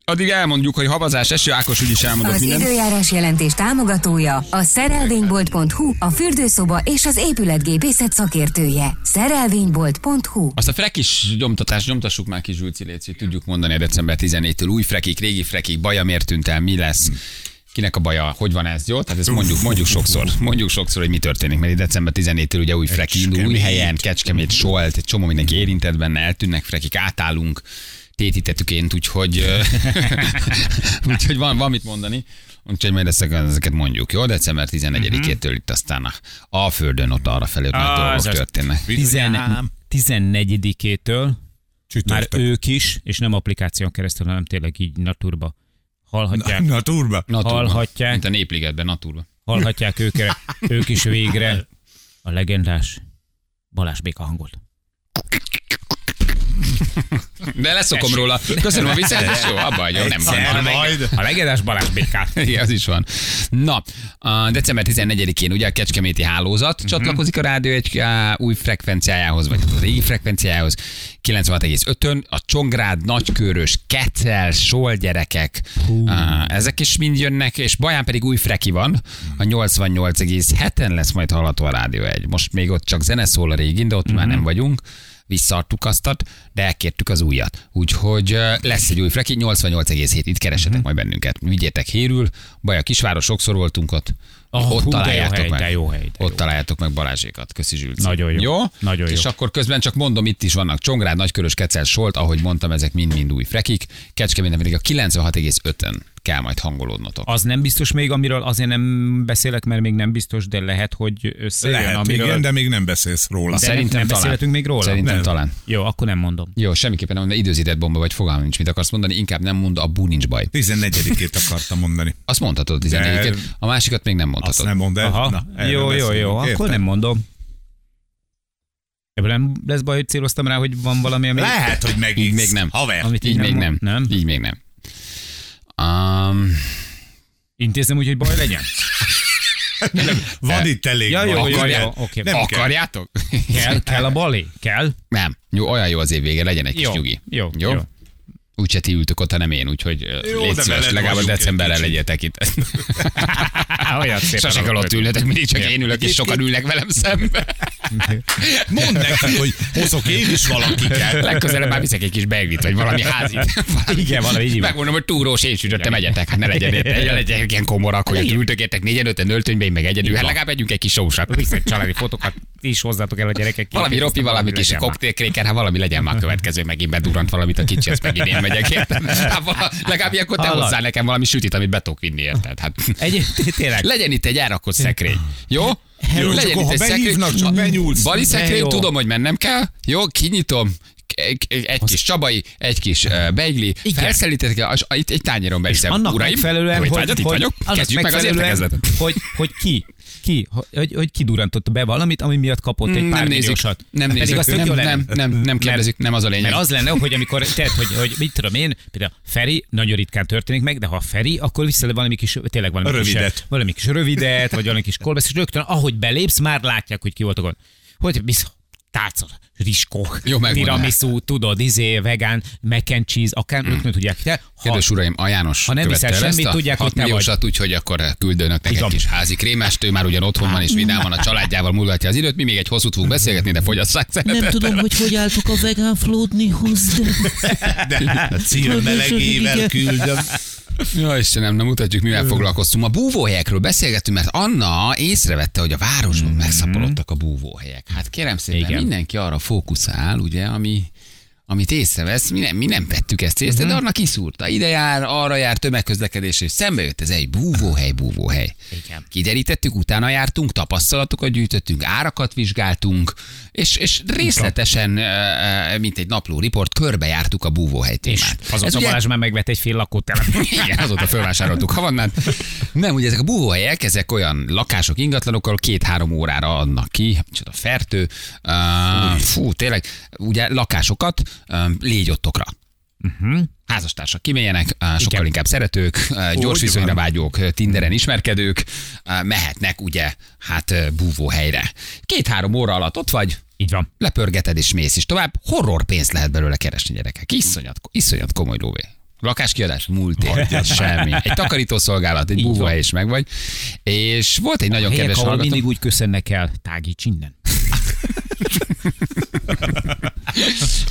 B: Addig elmondjuk, hogy havazás, eső, Ákos úgyis elmondott
I: Az
B: mindent.
I: időjárás jelentés támogatója a szerelvénybolt.hu, a fürdőszoba és az épületgépészet szakértője. Szerelvénybolt.hu
B: Azt a frekis nyomtatást nyomtassuk már kis Zsulci Léci, tudjuk mondani a december 14-től új frekik, régi frekik, baja miért tűnt el, mi lesz, kinek a baja, hogy van ez, jó? Tehát ezt mondjuk, mondjuk sokszor, mondjuk sokszor, hogy mi történik, mert itt december 14-től ugye új freki indul, új helyen, Kecskemét, Solt, egy csomó mindenki érintett benne, eltűnnek frekik, átállunk tétítetüként, úgyhogy, ö, úgyhogy van, van mit mondani. Úgyhogy majd ezek- ezeket mondjuk, jó? December 11-től itt aztán a, a földön ott arra felé, hogy
D: Ah,
B: nagy
D: Mhm. ez
B: dolgok
D: az.
B: történnek.
D: 14 14-től már
C: Csütörtök.
D: ők is, és nem applikáción keresztül, hanem tényleg így naturba hallhatják,
C: Na, turba.
B: Naturban.
D: Hallhatják.
B: Mint a népligetben, naturban.
D: hallhatják ők, ők is végre a legendás Balázs Béka hangot.
B: De leszokom róla. Köszönöm a viccet, és jó, abba hagyom, nem
C: Egyszer
B: van.
C: majd.
D: A legendás Balázs Békát.
B: Igen, az is van. Na, a december 14-én ugye a Kecskeméti hálózat csatlakozik a rádió egy á, új frekvenciájához, vagy a régi frekvenciájához, 96,5-ön, a Csongrád, Nagykörös, Kettel, Sol gyerekek, á, ezek is mind jönnek, és Baján pedig új freki van, a 88,7-en lesz majd hallható a rádió egy. Most még ott csak zene szól a régin, de ott már nem vagyunk visszaadtuk aztat, de elkértük az újat. Úgyhogy ö, lesz egy új freki, 88,7, itt
D: Mhm.
B: keresetek majd bennünket. Vigyétek hírül, baj a kisváros, sokszor voltunk ott,
D: Ah,
B: ott
D: hú, de jó
B: találjátok
D: hely,
B: meg.
D: de jó hely, de
B: ott
D: jó.
B: találjátok meg Balázsékat, köszi Zsülci.
D: Nagyon jó.
B: jó?
D: Nagyon
B: És
D: jó.
B: akkor közben csak mondom, itt is vannak Csongrád, Nagykörös, Kecel, Solt, ahogy mondtam, ezek mind-mind új frekik. Kecskeméten pedig a 96,5-en kell majd hangolódnotok.
D: Az nem biztos még, amiről azért nem beszélek, mert még nem biztos, de lehet, hogy összejön,
C: Lehet,
D: amiről...
C: igen, de még nem beszélsz róla.
D: De- nem beszélhetünk még róla?
B: Szerintem
C: Nem.
B: talán.
D: Jó, akkor nem mondom.
B: Jó, semmiképpen nem, mondom, de időzített bomba vagy fogalmam nincs, mit akarsz mondani, inkább nem mond, abból nincs baj.
C: 14-ét akartam mondani.
B: Azt mondhatod 14
C: De-
B: a másikat még nem
C: Azt
B: mondhatod.
C: nem mondd el.
D: Aha,
C: Na, erről
D: jó, jó, jó,
C: beszélünk,
D: akkor
C: érted?
D: nem mondom. Ebből nem lesz baj, hogy céloztam rá, hogy van valami, ami...
C: Lehet, hogy
B: Így
C: megint.
B: még nem.
C: Haver.
D: Amit
B: Így még nem.
D: Nem?
B: Így még nem. Um,
D: Intézem úgy, hogy baj legyen?
C: Van itt elég.
D: Ja, jó,
C: bal.
D: jó,
C: Akarjál?
D: jó, oké.
C: Nem kell.
B: akarjátok?
D: Kell, kell a balé? Kell?
B: nem. Jó, olyan jó az év vége, legyen egy kis
D: Jó,
B: nyugi.
D: jó,
B: jó.
D: jó.
B: Úgyse ti ültök ott, hanem én, úgyhogy
C: Jó,
B: jó,
C: de
B: légy szíves,
C: veled
B: legalább
C: vagyunk egy
B: decemberre
C: kicsit.
B: legyetek itt.
D: Olyan szépen
B: Sose kell ott
D: alakult.
B: ülnetek, mindig csak én ülök, és sokan ülnek velem szembe.
C: Mondd neki, hogy hozok én is valakiket.
B: Legközelebb már viszek egy kis beiglit, vagy valami házit.
D: Igen, valami így van.
B: Megmondom, hogy túrós és üdöttem, megyetek. Hát ne legyen, ne legyen ilyen komorak, hogy ott ültögétek négyen, öten, öltönyben, én meg egyedül. Hát legalább együnk egy kis sósat.
D: Viszont családi fotókat is hozzátok el a gyerekek.
B: Valami ropi, valami kis
D: legyen már.
B: koktélkréker, hát valami legyen már a következő, megint bedurrant valamit a kicsi, ezt megint én megyek, érted? Hát vala, legalább ilyenkor te
D: Hallod?
B: hozzá nekem valami sütit, amit be tudok vinni, érted? Hát,
D: Egy, tényleg.
B: legyen itt egy elrakott szekrény, jó?
C: Jó, csak akkor, ha behívnak, csak
B: A
C: benyúlsz.
B: Bali
D: De
B: szekrény,
D: jó.
B: tudom, hogy mennem kell, jó? Kinyitom, egy- egy kis csabai, egy kis uh, beigli,
D: Igen.
B: felszelítetek, és itt egy tányéron
D: És
B: beviszem.
D: annak
B: Uraim,
D: megfelelően,
B: hogy,
D: hogy,
B: itt
D: hogy,
B: vagyok,
D: annak
B: kezdjük meg az
D: megfelelően,
B: értekezletet.
D: hogy, hogy ki Ki? Hogy, hogy kidurrantott be valamit, ami miatt kapott egy
B: Mm,
D: pár
B: nem nézik,
D: milliósat. Hát
B: nem
D: Pedig
B: nézik,
D: azt tök
B: nem,
D: jó lenne.
B: nem, nem, nem kérdezik, nem az a lényeg.
D: Mert az lenne, hogy amikor, tehát, hogy, hogy mit tudom én, például Feri nagyon ritkán történik meg, de ha Feri, akkor vissza valami kis, tényleg valami
C: Rövidet.
D: kis, valami kis rövidet, vagy valami kis kolbesz, és rögtön ahogy belépsz, már látják, hogy ki volt a gond. Hogy biztos, tálca, riskó,
B: Jó megmondás.
D: tiramisu, tudod, izé, vegán, mac and cheese, akár hmm. rögtön tudják. De ha,
B: Mm. Kedves uraim, a János
D: Ha nem
B: követte
D: viszel
B: el
D: semmit,
B: ezt a
D: tudják, hogy
B: hat
D: te vagy.
B: milliósat, úgyhogy akkor küldön önöknek egy
D: Igen.
B: kis házi krémást, ő már ugyan otthon van és vidám van a családjával, múlgatja az időt, mi még egy hosszút fogunk beszélgetni, de fogyasszák
H: Nem
B: szeretettel.
H: tudom, hogy hogy álltok a vegán flódnihoz, de...
C: A cír
H: Tudod,
C: melegével
H: igen.
C: küldöm.
B: Ja, Istenem, nem mutatjuk, mivel foglalkoztunk. A búvóhelyekről beszélgettünk, mert Anna észrevette, hogy a városban megszaporodtak a búvóhelyek. Hát kérem szépen,
D: Mhm. Igen.
B: mindenki arra fókuszál, ugye, ami amit észrevesz, mi nem, mi nem vettük ezt észre,
D: Mhm.
B: de annak kiszúrta. Ide jár, arra jár tömegközlekedés, és szembe jött ez egy búvóhely, búvóhely.
D: Igen.
B: Kiderítettük, utána jártunk, tapasztalatokat gyűjtöttünk, árakat vizsgáltunk, és, és részletesen, ö, ö, mint egy napló riport, körbejártuk a búvóhely
D: és
B: témát. Ez
D: azóta
B: ugye-
D: Balázs már megvet egy fél lakótelepet.
B: igen, azóta felvásároltuk havannát. Nem, ugye ezek a búvóhelyek, ezek olyan lakások, ingatlanok, ahol két-három órára adnak ki, micsoda fertő. Uh, fú, tényleg, ugye lakásokat um, légyottokra. Házastársak kimenjenek, uh, sokkal
D: Igen.
B: inkább szeretők, uh, gyors
C: Úgy
B: viszonyra
C: van.
B: vágyók, uh, Tinderen ismerkedők, uh, mehetnek ugye, hát uh, búvóhelyre. Két-három óra alatt ott vagy,
D: Így van.
B: lepörgeted és mész is tovább. Horror pénzt lehet belőle keresni gyerekek. Iszonyat, iszonyat komoly lóvé. Lakáskiadás, múlt év, semmi. Egy takarítószolgálat, egy
D: Így
B: búvóhely
D: van.
B: is megvagy. És volt egy nagyon
D: Helyek,
B: kedves
D: ahol
B: hallgató.
D: mindig úgy köszönnek el, tágíts innen.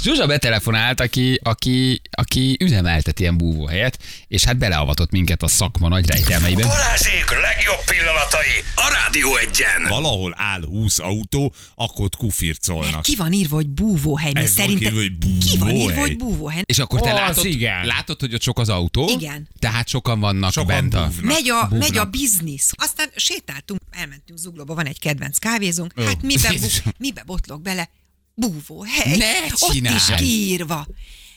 B: Zsuzsa betelefonált, aki, aki, aki üzemeltet ilyen búvóhelyet, és hát beleavatott minket a szakma nagy rejtelmeiben.
A: Balázsék legjobb pillanatai a Rádió egyen.
C: Valahol áll 20 autó, akkor ott kufircolnak.
G: Ki van írva, hogy búvóhely? Mert
C: Ez van
G: szerintem
C: kívül, hogy
G: ki van írva,
C: búvóhely?
G: hogy búvóhely?
B: És akkor te
D: Az
B: látod,
D: igen.
B: látod, hogy ott sok az autó,
G: Igen.
B: tehát sokan vannak
C: Sokan
B: bent a...
C: búvnak.
G: Megy a, megy a biznisz. Aztán sétáltunk, elmentünk Zuglóba, van egy kedvenc kávézónk. Hát mibe, bu- mibe botlok bele? Búvóhely.
B: Ne
G: Ott is
B: csinálj!
G: kiírva.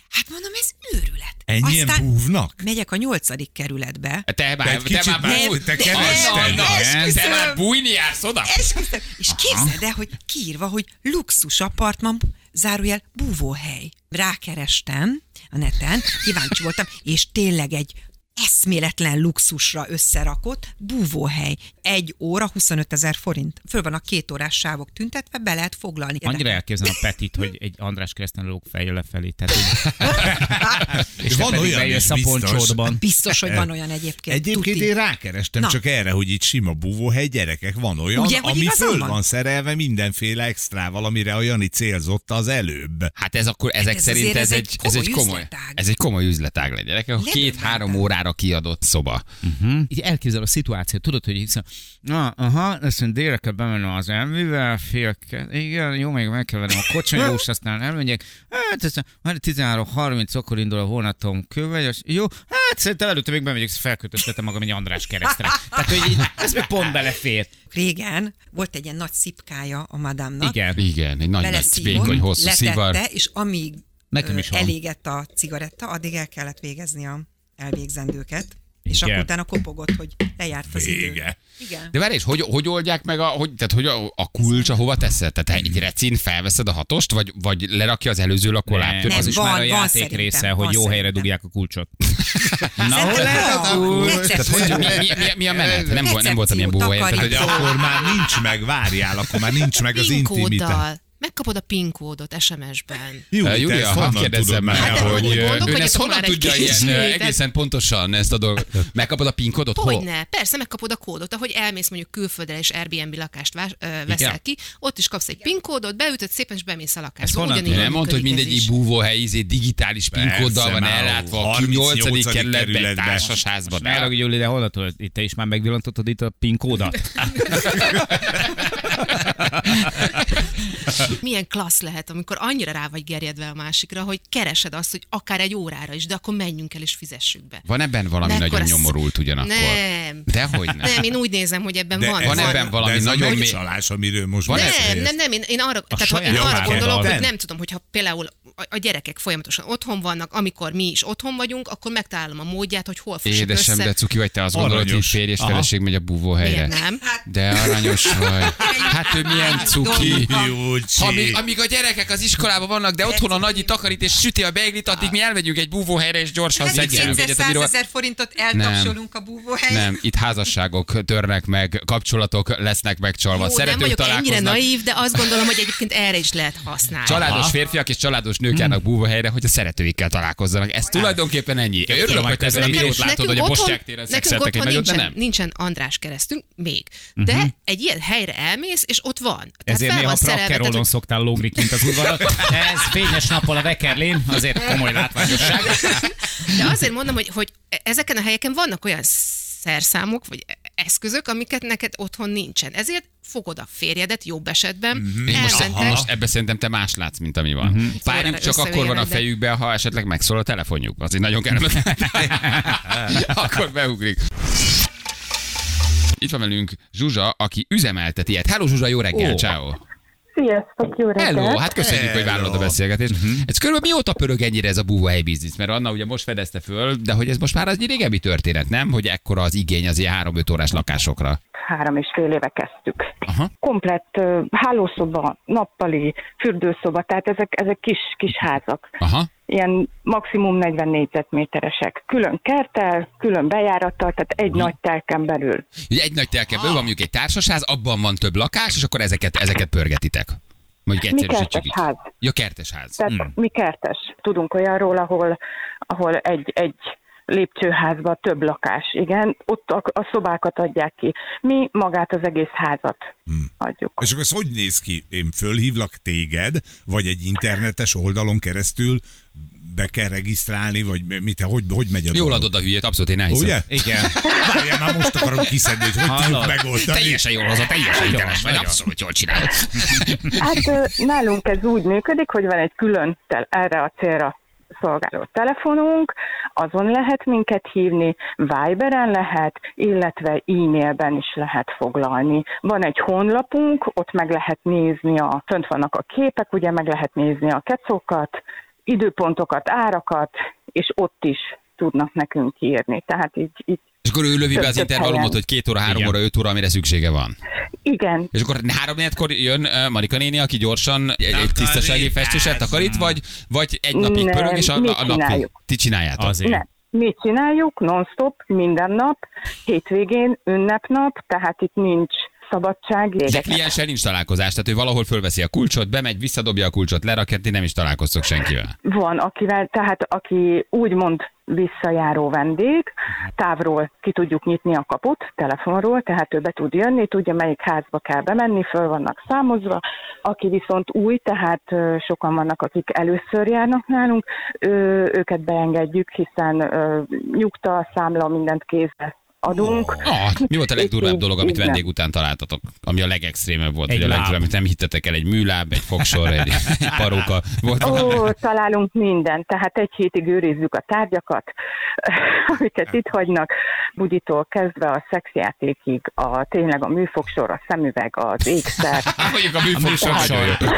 G: Hát mondom, ez őrület.
C: Ennyien
G: Aztán
C: búvnak?
G: megyek a nyolcadik kerületbe.
B: Te már,
C: egy
B: te
C: kicsit
B: már,
C: bú-
B: bú-
C: te
B: Anna,
C: keveszted,
B: Anna,
G: igen.
B: te már bújni jársz oda?
G: Esküszöm. És képzeld el, hogy kiírva, hogy luxus apartman, zárójel, búvóhely. Rákerestem a neten, kíváncsi voltam, és tényleg egy eszméletlen luxusra összerakott búvóhely. Egy óra 25 ezer forint. Föl vannak két órás sávok tüntetve, be lehet foglalni.
D: Annyira elképzelem a Petit, hogy egy András Kreszten lóg fejjel lefelé. Tehát, így- és
C: De
D: te
C: van
D: pedig
C: olyan
D: bejössz
C: is
D: a
C: biztos.
D: poncsódban.
G: Biztos, hogy
B: e-
G: van olyan egyébként.
C: Egyébként
G: tuti.
C: én rákerestem
G: Na.
C: csak erre, hogy itt sima búvóhely gyerekek, van olyan,
G: Ugye, hogy
C: ami
G: igazam
C: föl
G: van?
C: van szerelve mindenféle extrával, amire a Jani célzott az előbb.
B: Hát ez akkor ezek ez
G: ez
B: szerint
G: azért
B: ez, egy, ez egy komoly,
G: üzletág.
B: ez egy komoly üzletág legyen. Gyerekek, a
G: Lebegtetem.
B: két-három órára kiadott szoba.
D: Így elképzel a szituációt, tudod, hogy hiszen, na, aha, ezt én délre kell bemennem az elmivel, fél, ke- igen, jó, még meg kell vennem a kocsonyós, aztán elmegyek, hát ez már 13.30, akkor indul a vonatom kővegyes, jó, hát szerintem előtte még bemegyek, és felkötöztetem magam egy András keresztre. Tehát, hogy így, ez még pont belefér.
G: Régen volt egy ilyen nagy szipkája a madámnak.
D: Igen.
B: Igen, egy nagy, nagy
G: beleszívott,
B: vékony, hosszú
G: letette,
B: szivar.
G: és amíg
D: Nekem
G: ö,
D: is van.
G: elégett a cigaretta, addig el kellett végezni a elvégzendőket, és
D: Igen.
G: akkor utána kopogott, hogy lejárt az idő.
C: Vége.
G: Igen.
B: De várj, és hogy, hogy oldják meg a, hogy, tehát hogy a, a kulcs, ahova teszed? Tehát egy recin felveszed a hatost, vagy, vagy lerakja az előző lakolát?
D: Nem,
G: Nem,
D: az is
G: van-
D: már a
G: van
D: játék
G: szerintem,
D: része,
G: van
D: hogy jó helyre
G: szerintem.
D: dugják a kulcsot. Na, hol
G: Szerintem
D: lehet a
G: van.
D: kulcs?
G: Recepció,
B: Tehát hogy, mi, mi, mi, mi, a menet? Nem, volt, nem voltam ilyen
G: Recepció,
B: búvóhelyen. Tehát, hogy
G: takarító.
B: a-
C: Akkor már nincs meg, várjál, akkor már nincs meg az intimitás.
F: Pinkóddal. Megkapod a pinkódot SMS-ben.
C: Jó,
B: Ö,
C: te
B: Eh, Júlia,
C: ezt
B: hadd
C: honnan
B: kérdezzem
C: tudod
B: már,
C: már,
F: Hát,
B: hogy
F: úgy
B: ö,
F: gondolkodjatok
B: ön ezt honnan
F: már egy
B: tudja ilyen
F: kicsit.
B: ö,
F: Tehát-
B: egészen pontosan ezt a dolgot? Megkapod a PIN kódot? Hol?
F: Hogyne, persze, megkapod a kódot, ahogy elmész mondjuk külföldre és Airbnb lakást vás, ö, veszel
D: Igen.
F: ki, ott is kapsz egy PIN kódot, beütöd szépen, és bemész a
D: Ez
F: lakásba.
D: honnan
F: Ugyanígy
D: tudod?
B: Nem mondd, hogy
F: működik ez
B: mindegyik
F: is.
B: búvóhely izé digitális pinkóddal
C: Persze,
B: van
C: már
B: ellátva, aki
C: 38.
B: 8. kerületben, egy
C: kerületben.
B: társasházban.
D: Ne haragudj, Gyuri, de honnan tudod? Itt te is már megvillantottad itt a PIN kódat?
F: Milyen klassz lehet, amikor annyira rá vagy gerjedve a másikra, hogy keresed azt, hogy akár egy órára is, de akkor menjünk el és fizessük be.
B: Van ebben valami
F: Mekkora
B: nagyon
F: sz-
B: nyomorult ugyanakkor?
F: Nem.
B: Dehogy nem.
F: Nem, én úgy nézem, hogy ebben
C: De
F: van.
C: ez-
B: Van ebben
C: de
B: valami
C: ez a
B: nagyon mély-
C: megcsalás, amiről most
B: Van
F: Nem,
B: ebben-
C: beszélsz.
F: nem, nem, én, én arra, tehát, ha
D: saját
F: én arra
D: jogállal.
F: gondolok, hogy
C: Nem.
F: nem tudom, hogyha például a, a gyerekek folyamatosan otthon vannak, amikor mi is otthon vagyunk, akkor megtalálom a módját, hogy hol fossuk
B: Édesem,
F: össze.
B: de cuki vagy te azt gondolod, hogy
C: Aranyos.
B: férj és
D: Aha.
B: feleség megy a búvóhelyre.
F: Miért nem?
B: De aranyos vagy. Hát ő milyen cuki. Amíg,
C: Júcsi.
B: amíg a gyerekek az iskolában vannak, de otthon a nagyi takarít és süti a beiglit, addig mi elmegyünk egy búvóhelyre és gyorsan szexelünk egyet.
G: Kétszer
B: Amiről...
G: ezer forintot eltapsolunk a búvóhelyre.
B: Nem, itt házasságok törnek meg, kapcsolatok lesznek megcsalva,
F: Jó, nem
B: szeretők
F: vagyok ennyire
B: találkoznak.
F: naív, de azt gondolom, hogy egyébként erre is lehet használni.
B: Családos férfiak és családos nők járnak
D: Mhm.
B: búvóhelyre, hogy a szeretőikkel találkozzanak. Ez tulajdonképpen ennyi. Örülök, hogy te ezen a
F: Nekünk-
B: videót látod, hogy a
F: nekünk
B: Bosják
F: otthon-
B: téren
F: nekünk
B: szexeltek egy
F: otthon
B: nagyot, de
F: nincsen,
B: nem. Mhm.
F: nincsen András keresztünk még. De egy ilyen helyre elmész, és ott van. Tehát
D: Ezért
F: fel
D: néha
F: Hát van szerelve, tehát,
D: prakkerolon
F: hogy-
D: szoktál lógni kint az udvarat. Ez fényes nappal a vekerlén, azért komoly látványosság.
F: De azért mondom, hogy, hogy ezeken a helyeken vannak olyan szerszámok, vagy eszközök, amiket neked otthon nincsen. Ezért fogod a férjedet jobb esetben, mm-hmm.
B: Mhm. Én most,
F: elmentek.
B: most ebbe Hát szerintem te más látsz, mint ami
D: Mhm.
B: van. Mm-hmm. Párjuk
F: Szóval
B: csak akkor van a
F: összeérek, de-
B: fejükben, ha esetleg megszól a telefonjuk. Az egy nagyon kellemetlen. akkor beugrik. Itt van velünk Zsuzsa, aki üzemeltet ilyet. Hello Zsuzsa, jó reggel,
D: Ó.
B: ciao.
J: Sziasztok, jó reggelt!
B: Hello, hát köszönjük, hogy vállalod a
C: Hello.
B: beszélgetést. Uh-huh. Ez körülbelül mióta pörög ennyire ez a búvóhely biznisz? Mert Anna ugye most fedezte föl, de hogy ez most már az egy régebbi történet, nem? Hogy ekkora az igény az ilyen 3-5 órás lakásokra.
J: Három és fél éve kezdtük.
B: Aha.
J: Komplett ö, hálószoba, nappali, fürdőszoba, tehát ezek, ezek kis, kis házak.
B: Aha.
J: Ilyen maximum 40 négyzetméteresek. Külön kerttel, külön bejárattal, tehát egy nagy telken belül.
B: Ugye egy nagy telkeből van mondjuk egy társasház, abban van több lakás, és akkor ezeket, ezeket pörgetitek. Mondjuk
J: Mi
B: egyszerűsítjük
J: kertes
B: így.
J: ház?
B: Ja, kertes ház.
J: Tehát hmm. mi kertes. Tudunk olyanról, ahol, ahol egy, egy lépcsőházban több lakás, igen, ott a, a szobákat adják ki. Mi magát az egész házat adjuk.
C: És akkor ez hogy néz ki? Én fölhívlak téged, vagy egy internetes oldalon keresztül be kell regisztrálni, vagy mi- mit, hogy, hogy megy a
B: Jól
C: dolog?
B: adod a hülyét, abszolút én elhiszem.
C: Ugye?
D: Igen.
C: Várjál, már most akarom kiszedni, hogy hogy tudjuk
D: Hallod?
C: megoldani.
B: Teljesen jól hozod, teljesen
D: Jó,
B: hiteles vagy,
D: nagyon.
B: abszolút jól csinálod.
J: Hát ö, nálunk ez úgy működik, hogy van egy külön tel- erre a célra szolgáló telefonunk, azon lehet minket hívni, Viberen lehet, illetve e-mailben is lehet foglalni. Van egy honlapunk, ott meg lehet nézni, a, fönt vannak a képek, ugye meg lehet nézni a kecokat, időpontokat, árakat, és ott is tudnak nekünk írni. Tehát így, így
B: És akkor ő lövi be az
J: Több-több
B: intervallumot,
J: helyen.
B: hogy két óra, három
D: Igen.
B: óra, öt óra, amire szüksége van.
J: igen,
B: És akkor három négykor jön ö, Marika néni, aki gyorsan egy, egy
C: Takarít.
B: tisztasági festőset takarít, vagy, vagy egy napig
J: Nem,
B: pörög, és a,
J: mi
B: a napig
J: csináljuk.
B: ti csináljátok.
D: Azért.
J: Nem. Mi csináljuk non-stop, minden nap, hétvégén, ünnepnap, tehát itt nincs szabadság.
B: De
J: Gyerekek.
B: klienssel nincs találkozás, tehát ő valahol fölveszi a kulcsot, bemegy, visszadobja a kulcsot, lerakja, ti nem is találkoztok senkivel.
J: Van, akivel, tehát aki úgymond visszajáró vendég, távról ki tudjuk nyitni a kaput, telefonról, tehát ő be tud jönni, tudja melyik házba kell bemenni, föl vannak számozva. Aki viszont új, tehát ö, sokan vannak, akik először járnak nálunk, ö, őket beengedjük, hiszen ö, nyugta, számla, mindent kézbe adunk.
B: Ah, mi volt a legdurvább
J: Így-
B: dolog, amit
J: így nem.
B: vendég után találtatok? Ami a legextrémebb volt,
D: Egy
B: vagy a
D: láb.
B: legdurvább, amit nem hittetek el, egy műláb, egy fogsor, egy, egy paróka. Volt valami?
J: Ó, találunk mindent, tehát egy hétig őrizzük a tárgyakat, amiket itt hagynak, buditól kezdve a szexjátékig, a, tényleg a műfogsor, a szemüveg, az ékszer,
B: Hát mondjuk a műfogsor. nagyon jó.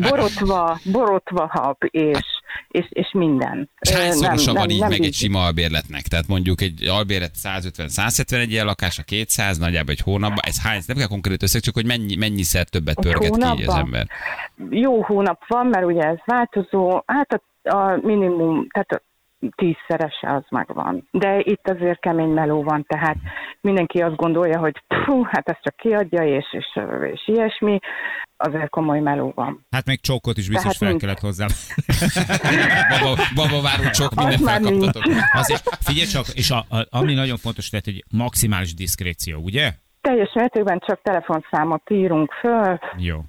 J: borotva, borotva hab, és, és, és minden.
B: És
J: Ö,
B: hányszorosa van így meg egy
J: így.
B: sima albérletnek? Tehát mondjuk egy albérlet 150-170 egy ilyen lakás, a 200 nagyjából egy hónapban. Ez hány, nem kell konkrét összeg, csak hogy mennyi, mennyiszer többet
J: Egy
B: pörget ki így az
J: hónapban?
B: ember.
J: Jó hónap van, mert ugye ez változó, hát a, a minimum, tehát a tízszerese az megvan. De itt azért kemény meló van, tehát mindenki azt gondolja, hogy pfú, hát ezt csak kiadja, és, és, és ilyesmi, azért komoly meló van.
D: Hát még csókot is biztos
J: Tehát
D: fel
J: nincs.
D: kellett hozzám.
B: Baba, baba váró csok, mindent
J: Az már
B: felkaptatok.
D: Azért, figyelj csak, és a, a, ami nagyon fontos, tehát, hogy maximális diszkréció, ugye?
J: Teljes mértékben csak telefonszámot írunk föl,
D: Jó.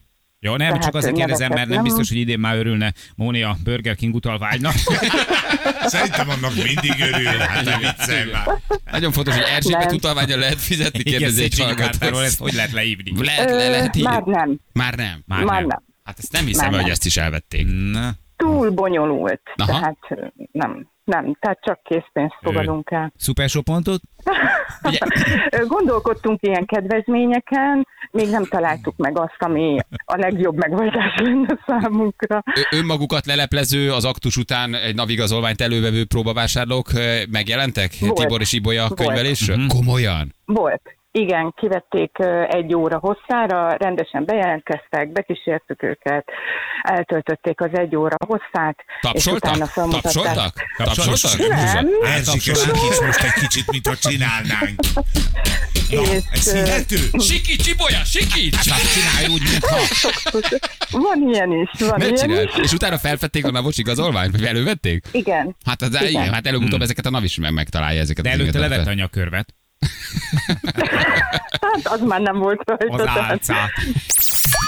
D: Jó, nem,
J: Tehát
D: csak azért kérdezem, mert nem
J: neveket
D: biztos,
J: nem.
D: hogy idén már örülne Móni a Burger King utalvágynak.
C: Szerintem annak mindig örül, hát nem viccel már.
B: Nagyon fontos, hogy Erzsébet
J: Nem.
B: utalványon lehet fizetni,
D: Igen,
B: kérdezi egy
D: Széchenyi
B: hallgató.
D: Kárpáról ezt hogy lehet leívni?
B: Lehet,
J: Ö,
B: Hát le, lehet így.
J: már nem.
B: Már nem.
D: Már
J: Már
D: nem.
J: nem.
B: Hát ezt nem hiszem,
J: Már
B: hogy
J: nem.
B: ezt is elvették.
D: Na,
J: túl bonyolult.
D: Aha.
J: Tehát ö, nem, nem, tehát csak készpénzt fogadunk el.
D: Szuper pontot?
J: Ö, Gondolkodtunk ilyen kedvezményeken, még nem találtuk meg azt, ami a legjobb megoldás lenne számunkra.
B: Ö- Önmagukat leleplező, az aktus után egy navigazolványt elővevő próbavásárlók ö, megjelentek?
J: Volt.
B: Tibor és Ibolya
J: Volt.
B: könyvelésről?
D: Mhm.
B: Komolyan?
J: Volt. Igen, kivették ö, egy óra hosszára, rendesen bejelentkeztek, bekísértük őket, eltöltötték az egy óra hosszát, és utána
B: Tapsoltak?
J: felmutatták.
B: Tapsoltak? Tapsoltak?
J: Nem.
D: Hát
C: Erzsike, sikíts most egy kicsit, mintha csinálnánk. Na, ez
J: ö,
C: hihető?
B: Siki, Csibolya, Siki! Hát Csak
J: Hát
B: csinálj úgy, mintha.
J: Van ilyen is, van
B: Miért
J: ilyen
B: csinál?
J: is.
B: És utána felfették a navos igazolványt, vagy elővették?
J: Igen.
B: Hát, az, igen.
J: Igen.
B: hát előbb-utóbb ezeket a NAV is meg, megtalálja ezeket.
D: Mhm. De
B: az
D: előtte
B: igazolványt.
D: levett anyakörvet.
J: Hát az már nem volt rajta.
D: Az
J: tehát-
D: álcát.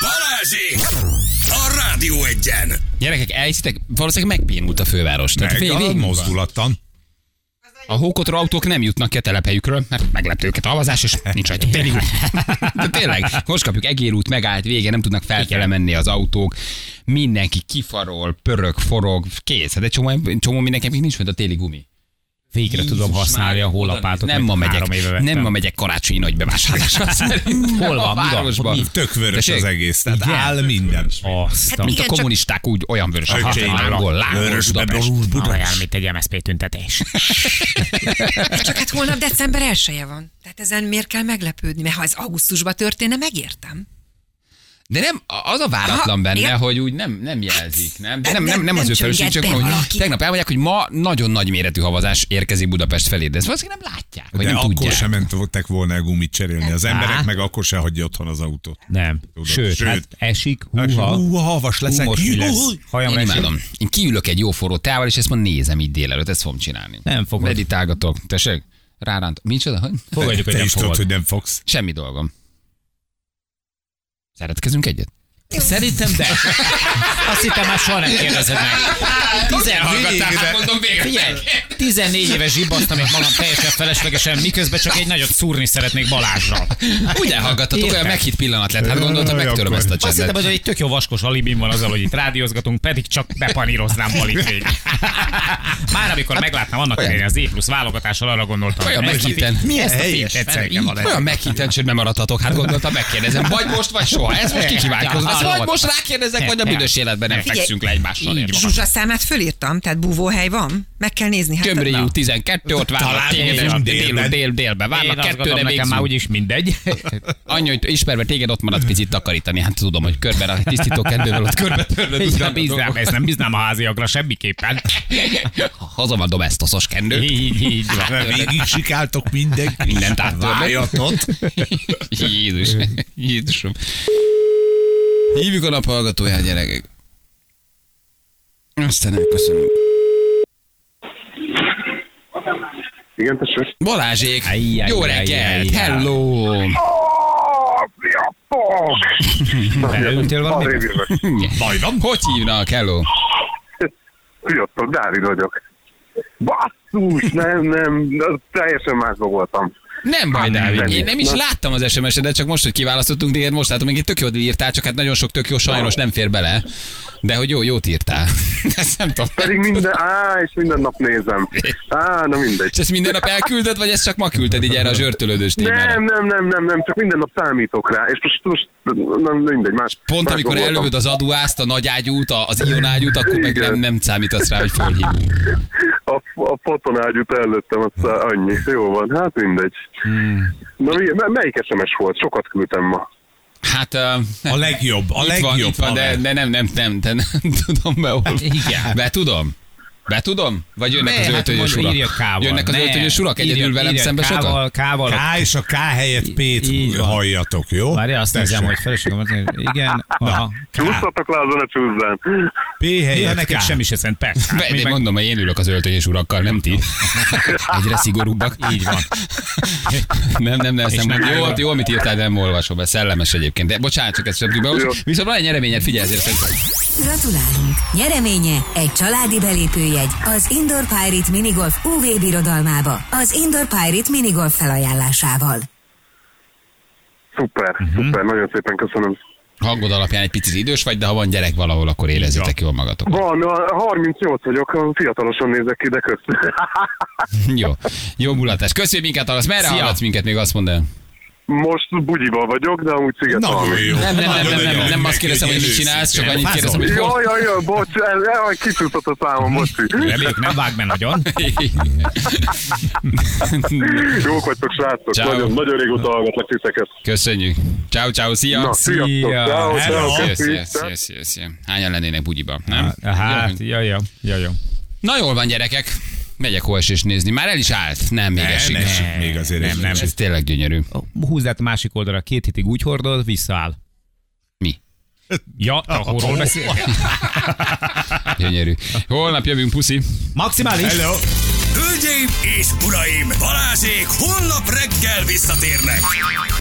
A: Balázsék! A Rádió egyen!
B: Gyerekek, elhiszitek, valószínűleg megpénult a főváros. Tehát
C: Meg
B: vég-
C: a
B: végig van.
C: mozdulattan.
B: A hókotra autók nem jutnak ki a telephelyükről, mert meglepte őket a havazás, és nincs rajta tényleg. De tényleg, most kapjuk egérút, megállt vége, nem tudnak felfele menni az autók, mindenki kifarol, pörög, forog, kész. Hát egy csomó, csomó mindenki, még nincs fent a téli gumi.
D: Végre tudom
B: Jézus
D: használni
B: Mária,
D: a hólapátot.
B: Nem ma
D: amit
B: megyek,
D: három éve vettem.
B: nem ma megyek karácsonyi nagy bevásárlásra szerintem.
D: Hol van?
B: A
D: Mi van?
B: városban.
D: Mi?
C: Tök vörös
B: Tessék?
C: az egész, tehát
D: Igen.
C: áll minden.
G: Hát
D: Azt a...
B: Mint a
F: Igen, csak-
B: kommunisták úgy olyan vörös a
C: Öcsém,
B: hatalán, angol, lángos
C: vörösbe
B: Budapest.
C: borul
D: Olyan,
C: Budapest.
D: mint egy MSZP tüntetés.
G: Csak hát holnap december 1 van. Tehát ezen miért kell meglepődni? Mert ha ez augusztusban történne, megértem.
B: De nem, az a váratlan
G: Ha,
B: benne,
G: igen.
B: hogy úgy nem, nem jelzik, nem? De nem,
G: Nem,
B: nem,
G: nem,
B: nem az
G: nem
B: ő felelősség, csak
G: csönget be
B: hogy
G: valaki.
B: tegnap elmondják, hogy ma nagyon nagy méretű havazás érkezik Budapest felé, de ezt valószínűleg nem látják, vagy
C: De
B: nem
C: akkor
B: tudják.
C: sem mentek volna el gumit cserélni. Az
D: Á.
C: emberek meg akkor se hagyja otthon az autót.
D: Nem.
C: Tudod,
D: Sőt,
C: sőt.
D: hát esik,
C: Esik,
D: húha.
C: húha, havas leszek,
D: Húmos mi lesz.
C: húha.
D: Hajam
B: Én
D: esik.
B: imádom. Én kiülök egy jó forró teával, és ezt ma nézem így délelőtt, ezt fogom csinálni.
D: Nem fogod.
B: Meditálgatok. Tessék? Ráránt. Micsoda? Hogy?
D: Fogadjuk, hogy
C: Te
D: nem
C: is tudod,
D: fogod.
C: hogy nem fogsz.
B: Semmi dolgom. Szeretkezünk egyet?
D: Szerintem de. Azt hittem már soha nem kérdezed meg. 14
B: Elhallgattál, hát
D: éve,
B: mondom végre.
D: figyelj, 14 éve zsibbasztam itt magam teljesen feleslegesen, miközben csak egy nagyot szúrni szeretnék Balázsra.
B: Úgy elhallgattatok, olyan
D: Érted?
B: meghitt pillanat lett. Hát gondoltam,
C: Jaj,
B: megtöröm
C: akkor.
B: ezt a
D: Azt hittem,
B: csendet.
D: hogy egy tök jó vaskos alibim van azzal, hogy itt rádiózgatunk, pedig csak bepaníroznám Balit végig. Már amikor meglátnám annak
B: Olyan.
D: ellenére az E plusz válogatással, arra gondoltam,
B: Olyan
D: ezt a fi-
B: meghinten. Milyen
D: ezt a
C: helyes,
D: fényt egyszer
C: Feri,
D: kell
C: így.
D: valahogy.
B: Olyan meghinten csődben maradhatok, hát gondoltam, megkérdezem, vagy most, vagy soha. Ez most kikívánkozom. Ez vagy most rákérdezek, vagy a büdös életben nem
G: Figyelj,
B: fekszünk le egymással.
D: így
B: Így van.
G: Zsuzsa számát fölírtam, tehát búvóhely van. Meg kell nézni. Hát,
B: Tömri
G: na.
B: út 12, ott várlak téged,
D: nézzünk
B: és dél,
C: délben.
B: dél, délbe
D: Én
B: várlak,
D: azt
B: kettőre
D: gondolom, nekem már
B: végzünk.
D: úgyis mindegy.
B: Annyi, hogy ismerve téged ott marad picit takarítani, hát tudom, hogy körben a tisztító kedvével ott körbe törlöd.
D: Így
B: utána
D: van, bíznám,
B: dolgok.
D: ez nem bíznám a háziakra semmiképpen.
B: Hazavadom ezt a szos kendőt.
D: Így, így van.
C: Végig sikáltok mindenki.
B: Mindent áttörnek.
C: Vájatot.
B: Jézus. Jézusom. Hívjuk a nap hallgatóját, gyerekek. Aztán elköszönöm.
K: Igen, tessék.
B: Balázsék,
D: Ajjaj,
B: jó
D: ajjaj,
B: reggelt,
D: ajjaj.
B: hello!
D: Beleültél valami?
B: Baj van? Hogy hívnak, hello?
K: Jöttem, Dávid vagyok. Basszus, nem, nem, az teljesen másba voltam.
B: Nem baj,
K: Hát,
B: Dávid,
K: nem,
B: én nem is
K: nem.
B: láttam az SMS-edet, csak most, hogy kiválasztottunk téged, most látom, még egy tök jót írtál, csak hát nagyon sok tök jó, sajnos nem fér bele. De hogy jó, jót írtál. Ezt nem tudom.
K: Pedig minden, á, és minden nap nézem. Á, na
B: És
K: mindegy.
B: ezt minden nap elküldöd, vagy ezt csak ma küldted így erre a zsörtölődős témára?
K: Nem, nem, nem, nem, nem, csak minden nap számítok rá, és most, most nem, mindegy, más.
B: Pont
K: másba
B: amikor
K: voltam.
B: elővöd az aduászt, a nagyágyút, a- az ionágyút, akkor meg
K: Igen.
B: nem, nem számítasz rá, hogy fölhívjuk.
K: A, a fotonágyút előttem, azt annyi, jó van, hát mindegy.
B: Hmm.
K: Na, mi, m- melyik SMS volt? Sokat küldtem ma.
B: Hát ö,
C: A legjobb, a
B: itt van,
C: legjobb.
B: itt van, de,
C: haver.
B: de nem, nem, nem, de nem tudom be, hol.
D: igen.
B: Be tudom? Be tudom? Vagy jönnek
D: Ne,
B: az
D: hát
B: öltönyös
D: mondom,
B: urak?
D: írja K-val.
B: Jönnek az
D: Ne,
B: öltönyös urak egyedül
D: írja-
B: velem
D: írja
B: szembe sokat?
D: K-val, K-val. a-
C: K és a K helyett
D: Így
C: P-t
D: van.
C: halljatok, jó?
D: Várjál, azt
C: Tessék.
D: nézem, hogy feleségem azt mondja, hogy igen, aha.
K: Csúsztatok le azon a csúszban.
C: P
D: Ja,
C: helyett
D: neked
C: K.
D: semmi se szent, persze.
B: Be,
D: Mi
B: de
D: meg-
B: mondom, hogy én ülök az öltönyös urakkal, nem ti. Egyre szigorúbbak. Így van. Nem, nem, nem, ezt nem, nem jó, jó, amit írtál, de nem olvasom, ez szellemes egyébként. De bocsánat, csak ezt sem tudom beolvasni.
K: Jó.
B: Viszont van egy nyereményed, figyelj ezért. szerintem.
I: Gratulálunk! Nyereménye egy családi belépőjegy az Indoor Pirate Minigolf UV birodalmába az Indoor Pirate Minigolf felajánlásával.
K: Szuper, szuper, nagyon szépen köszönöm.
B: hangod alapján egy picit idős vagy, de ha van gyerek valahol, akkor érezzétek jól magatok.
K: Van, a- 38 vagyok, fiatalosan nézek ki, de köszönöm.
B: Jó. Jó mulatás. Köszönjük minket, Alasz. Merre
K: Szia.
B: hallgatsz minket még azt mondd el?
K: Most bugyiban vagyok, de amúgy sziget
B: Nem, nem, nem, nem, nem, nem azt kérdezem, hogy mit csinálsz, csak annyit kérdezem, hogy hol.
K: Jaj, jaj, jaj, bocs, el, el, kicsúszott a számom, most
D: Reméljük, nem vág be nagyon.
K: Jók vagytok, srácok.
B: Ciao.
K: Nagyon, nagyon régóta hallgatlak titeket.
B: Köszönjük. Ciao, ciao, szia.
K: Na, sziasztok. Szia. Ciao,
B: Hello.
K: ciao,
B: Szia,
K: köszi.
B: szia, szia, szia, szia. Hányan lennének bugyiba, nem?
D: Hát,
B: Jó.
D: jaj, jaj, jaj, jaj.
B: Na jól van, gyerekek. Megyek hóesés nézni. Már el is állt. Nem, még
D: Nem,
B: esik.
D: esik még azért
B: Nem,
D: egy
B: nem.
D: kicsit.
B: Ez tényleg gyönyörű.
D: Húzd át a másik oldalra, két hétig úgy hordod, visszaáll.
B: Mi?
D: Ja, ahol beszél.
B: Gyönyörű. Holnap jövünk, puszi.
D: Maximális.
B: Hello.
A: Hölgyeim és uraim, Balázsék holnap reggel visszatérnek.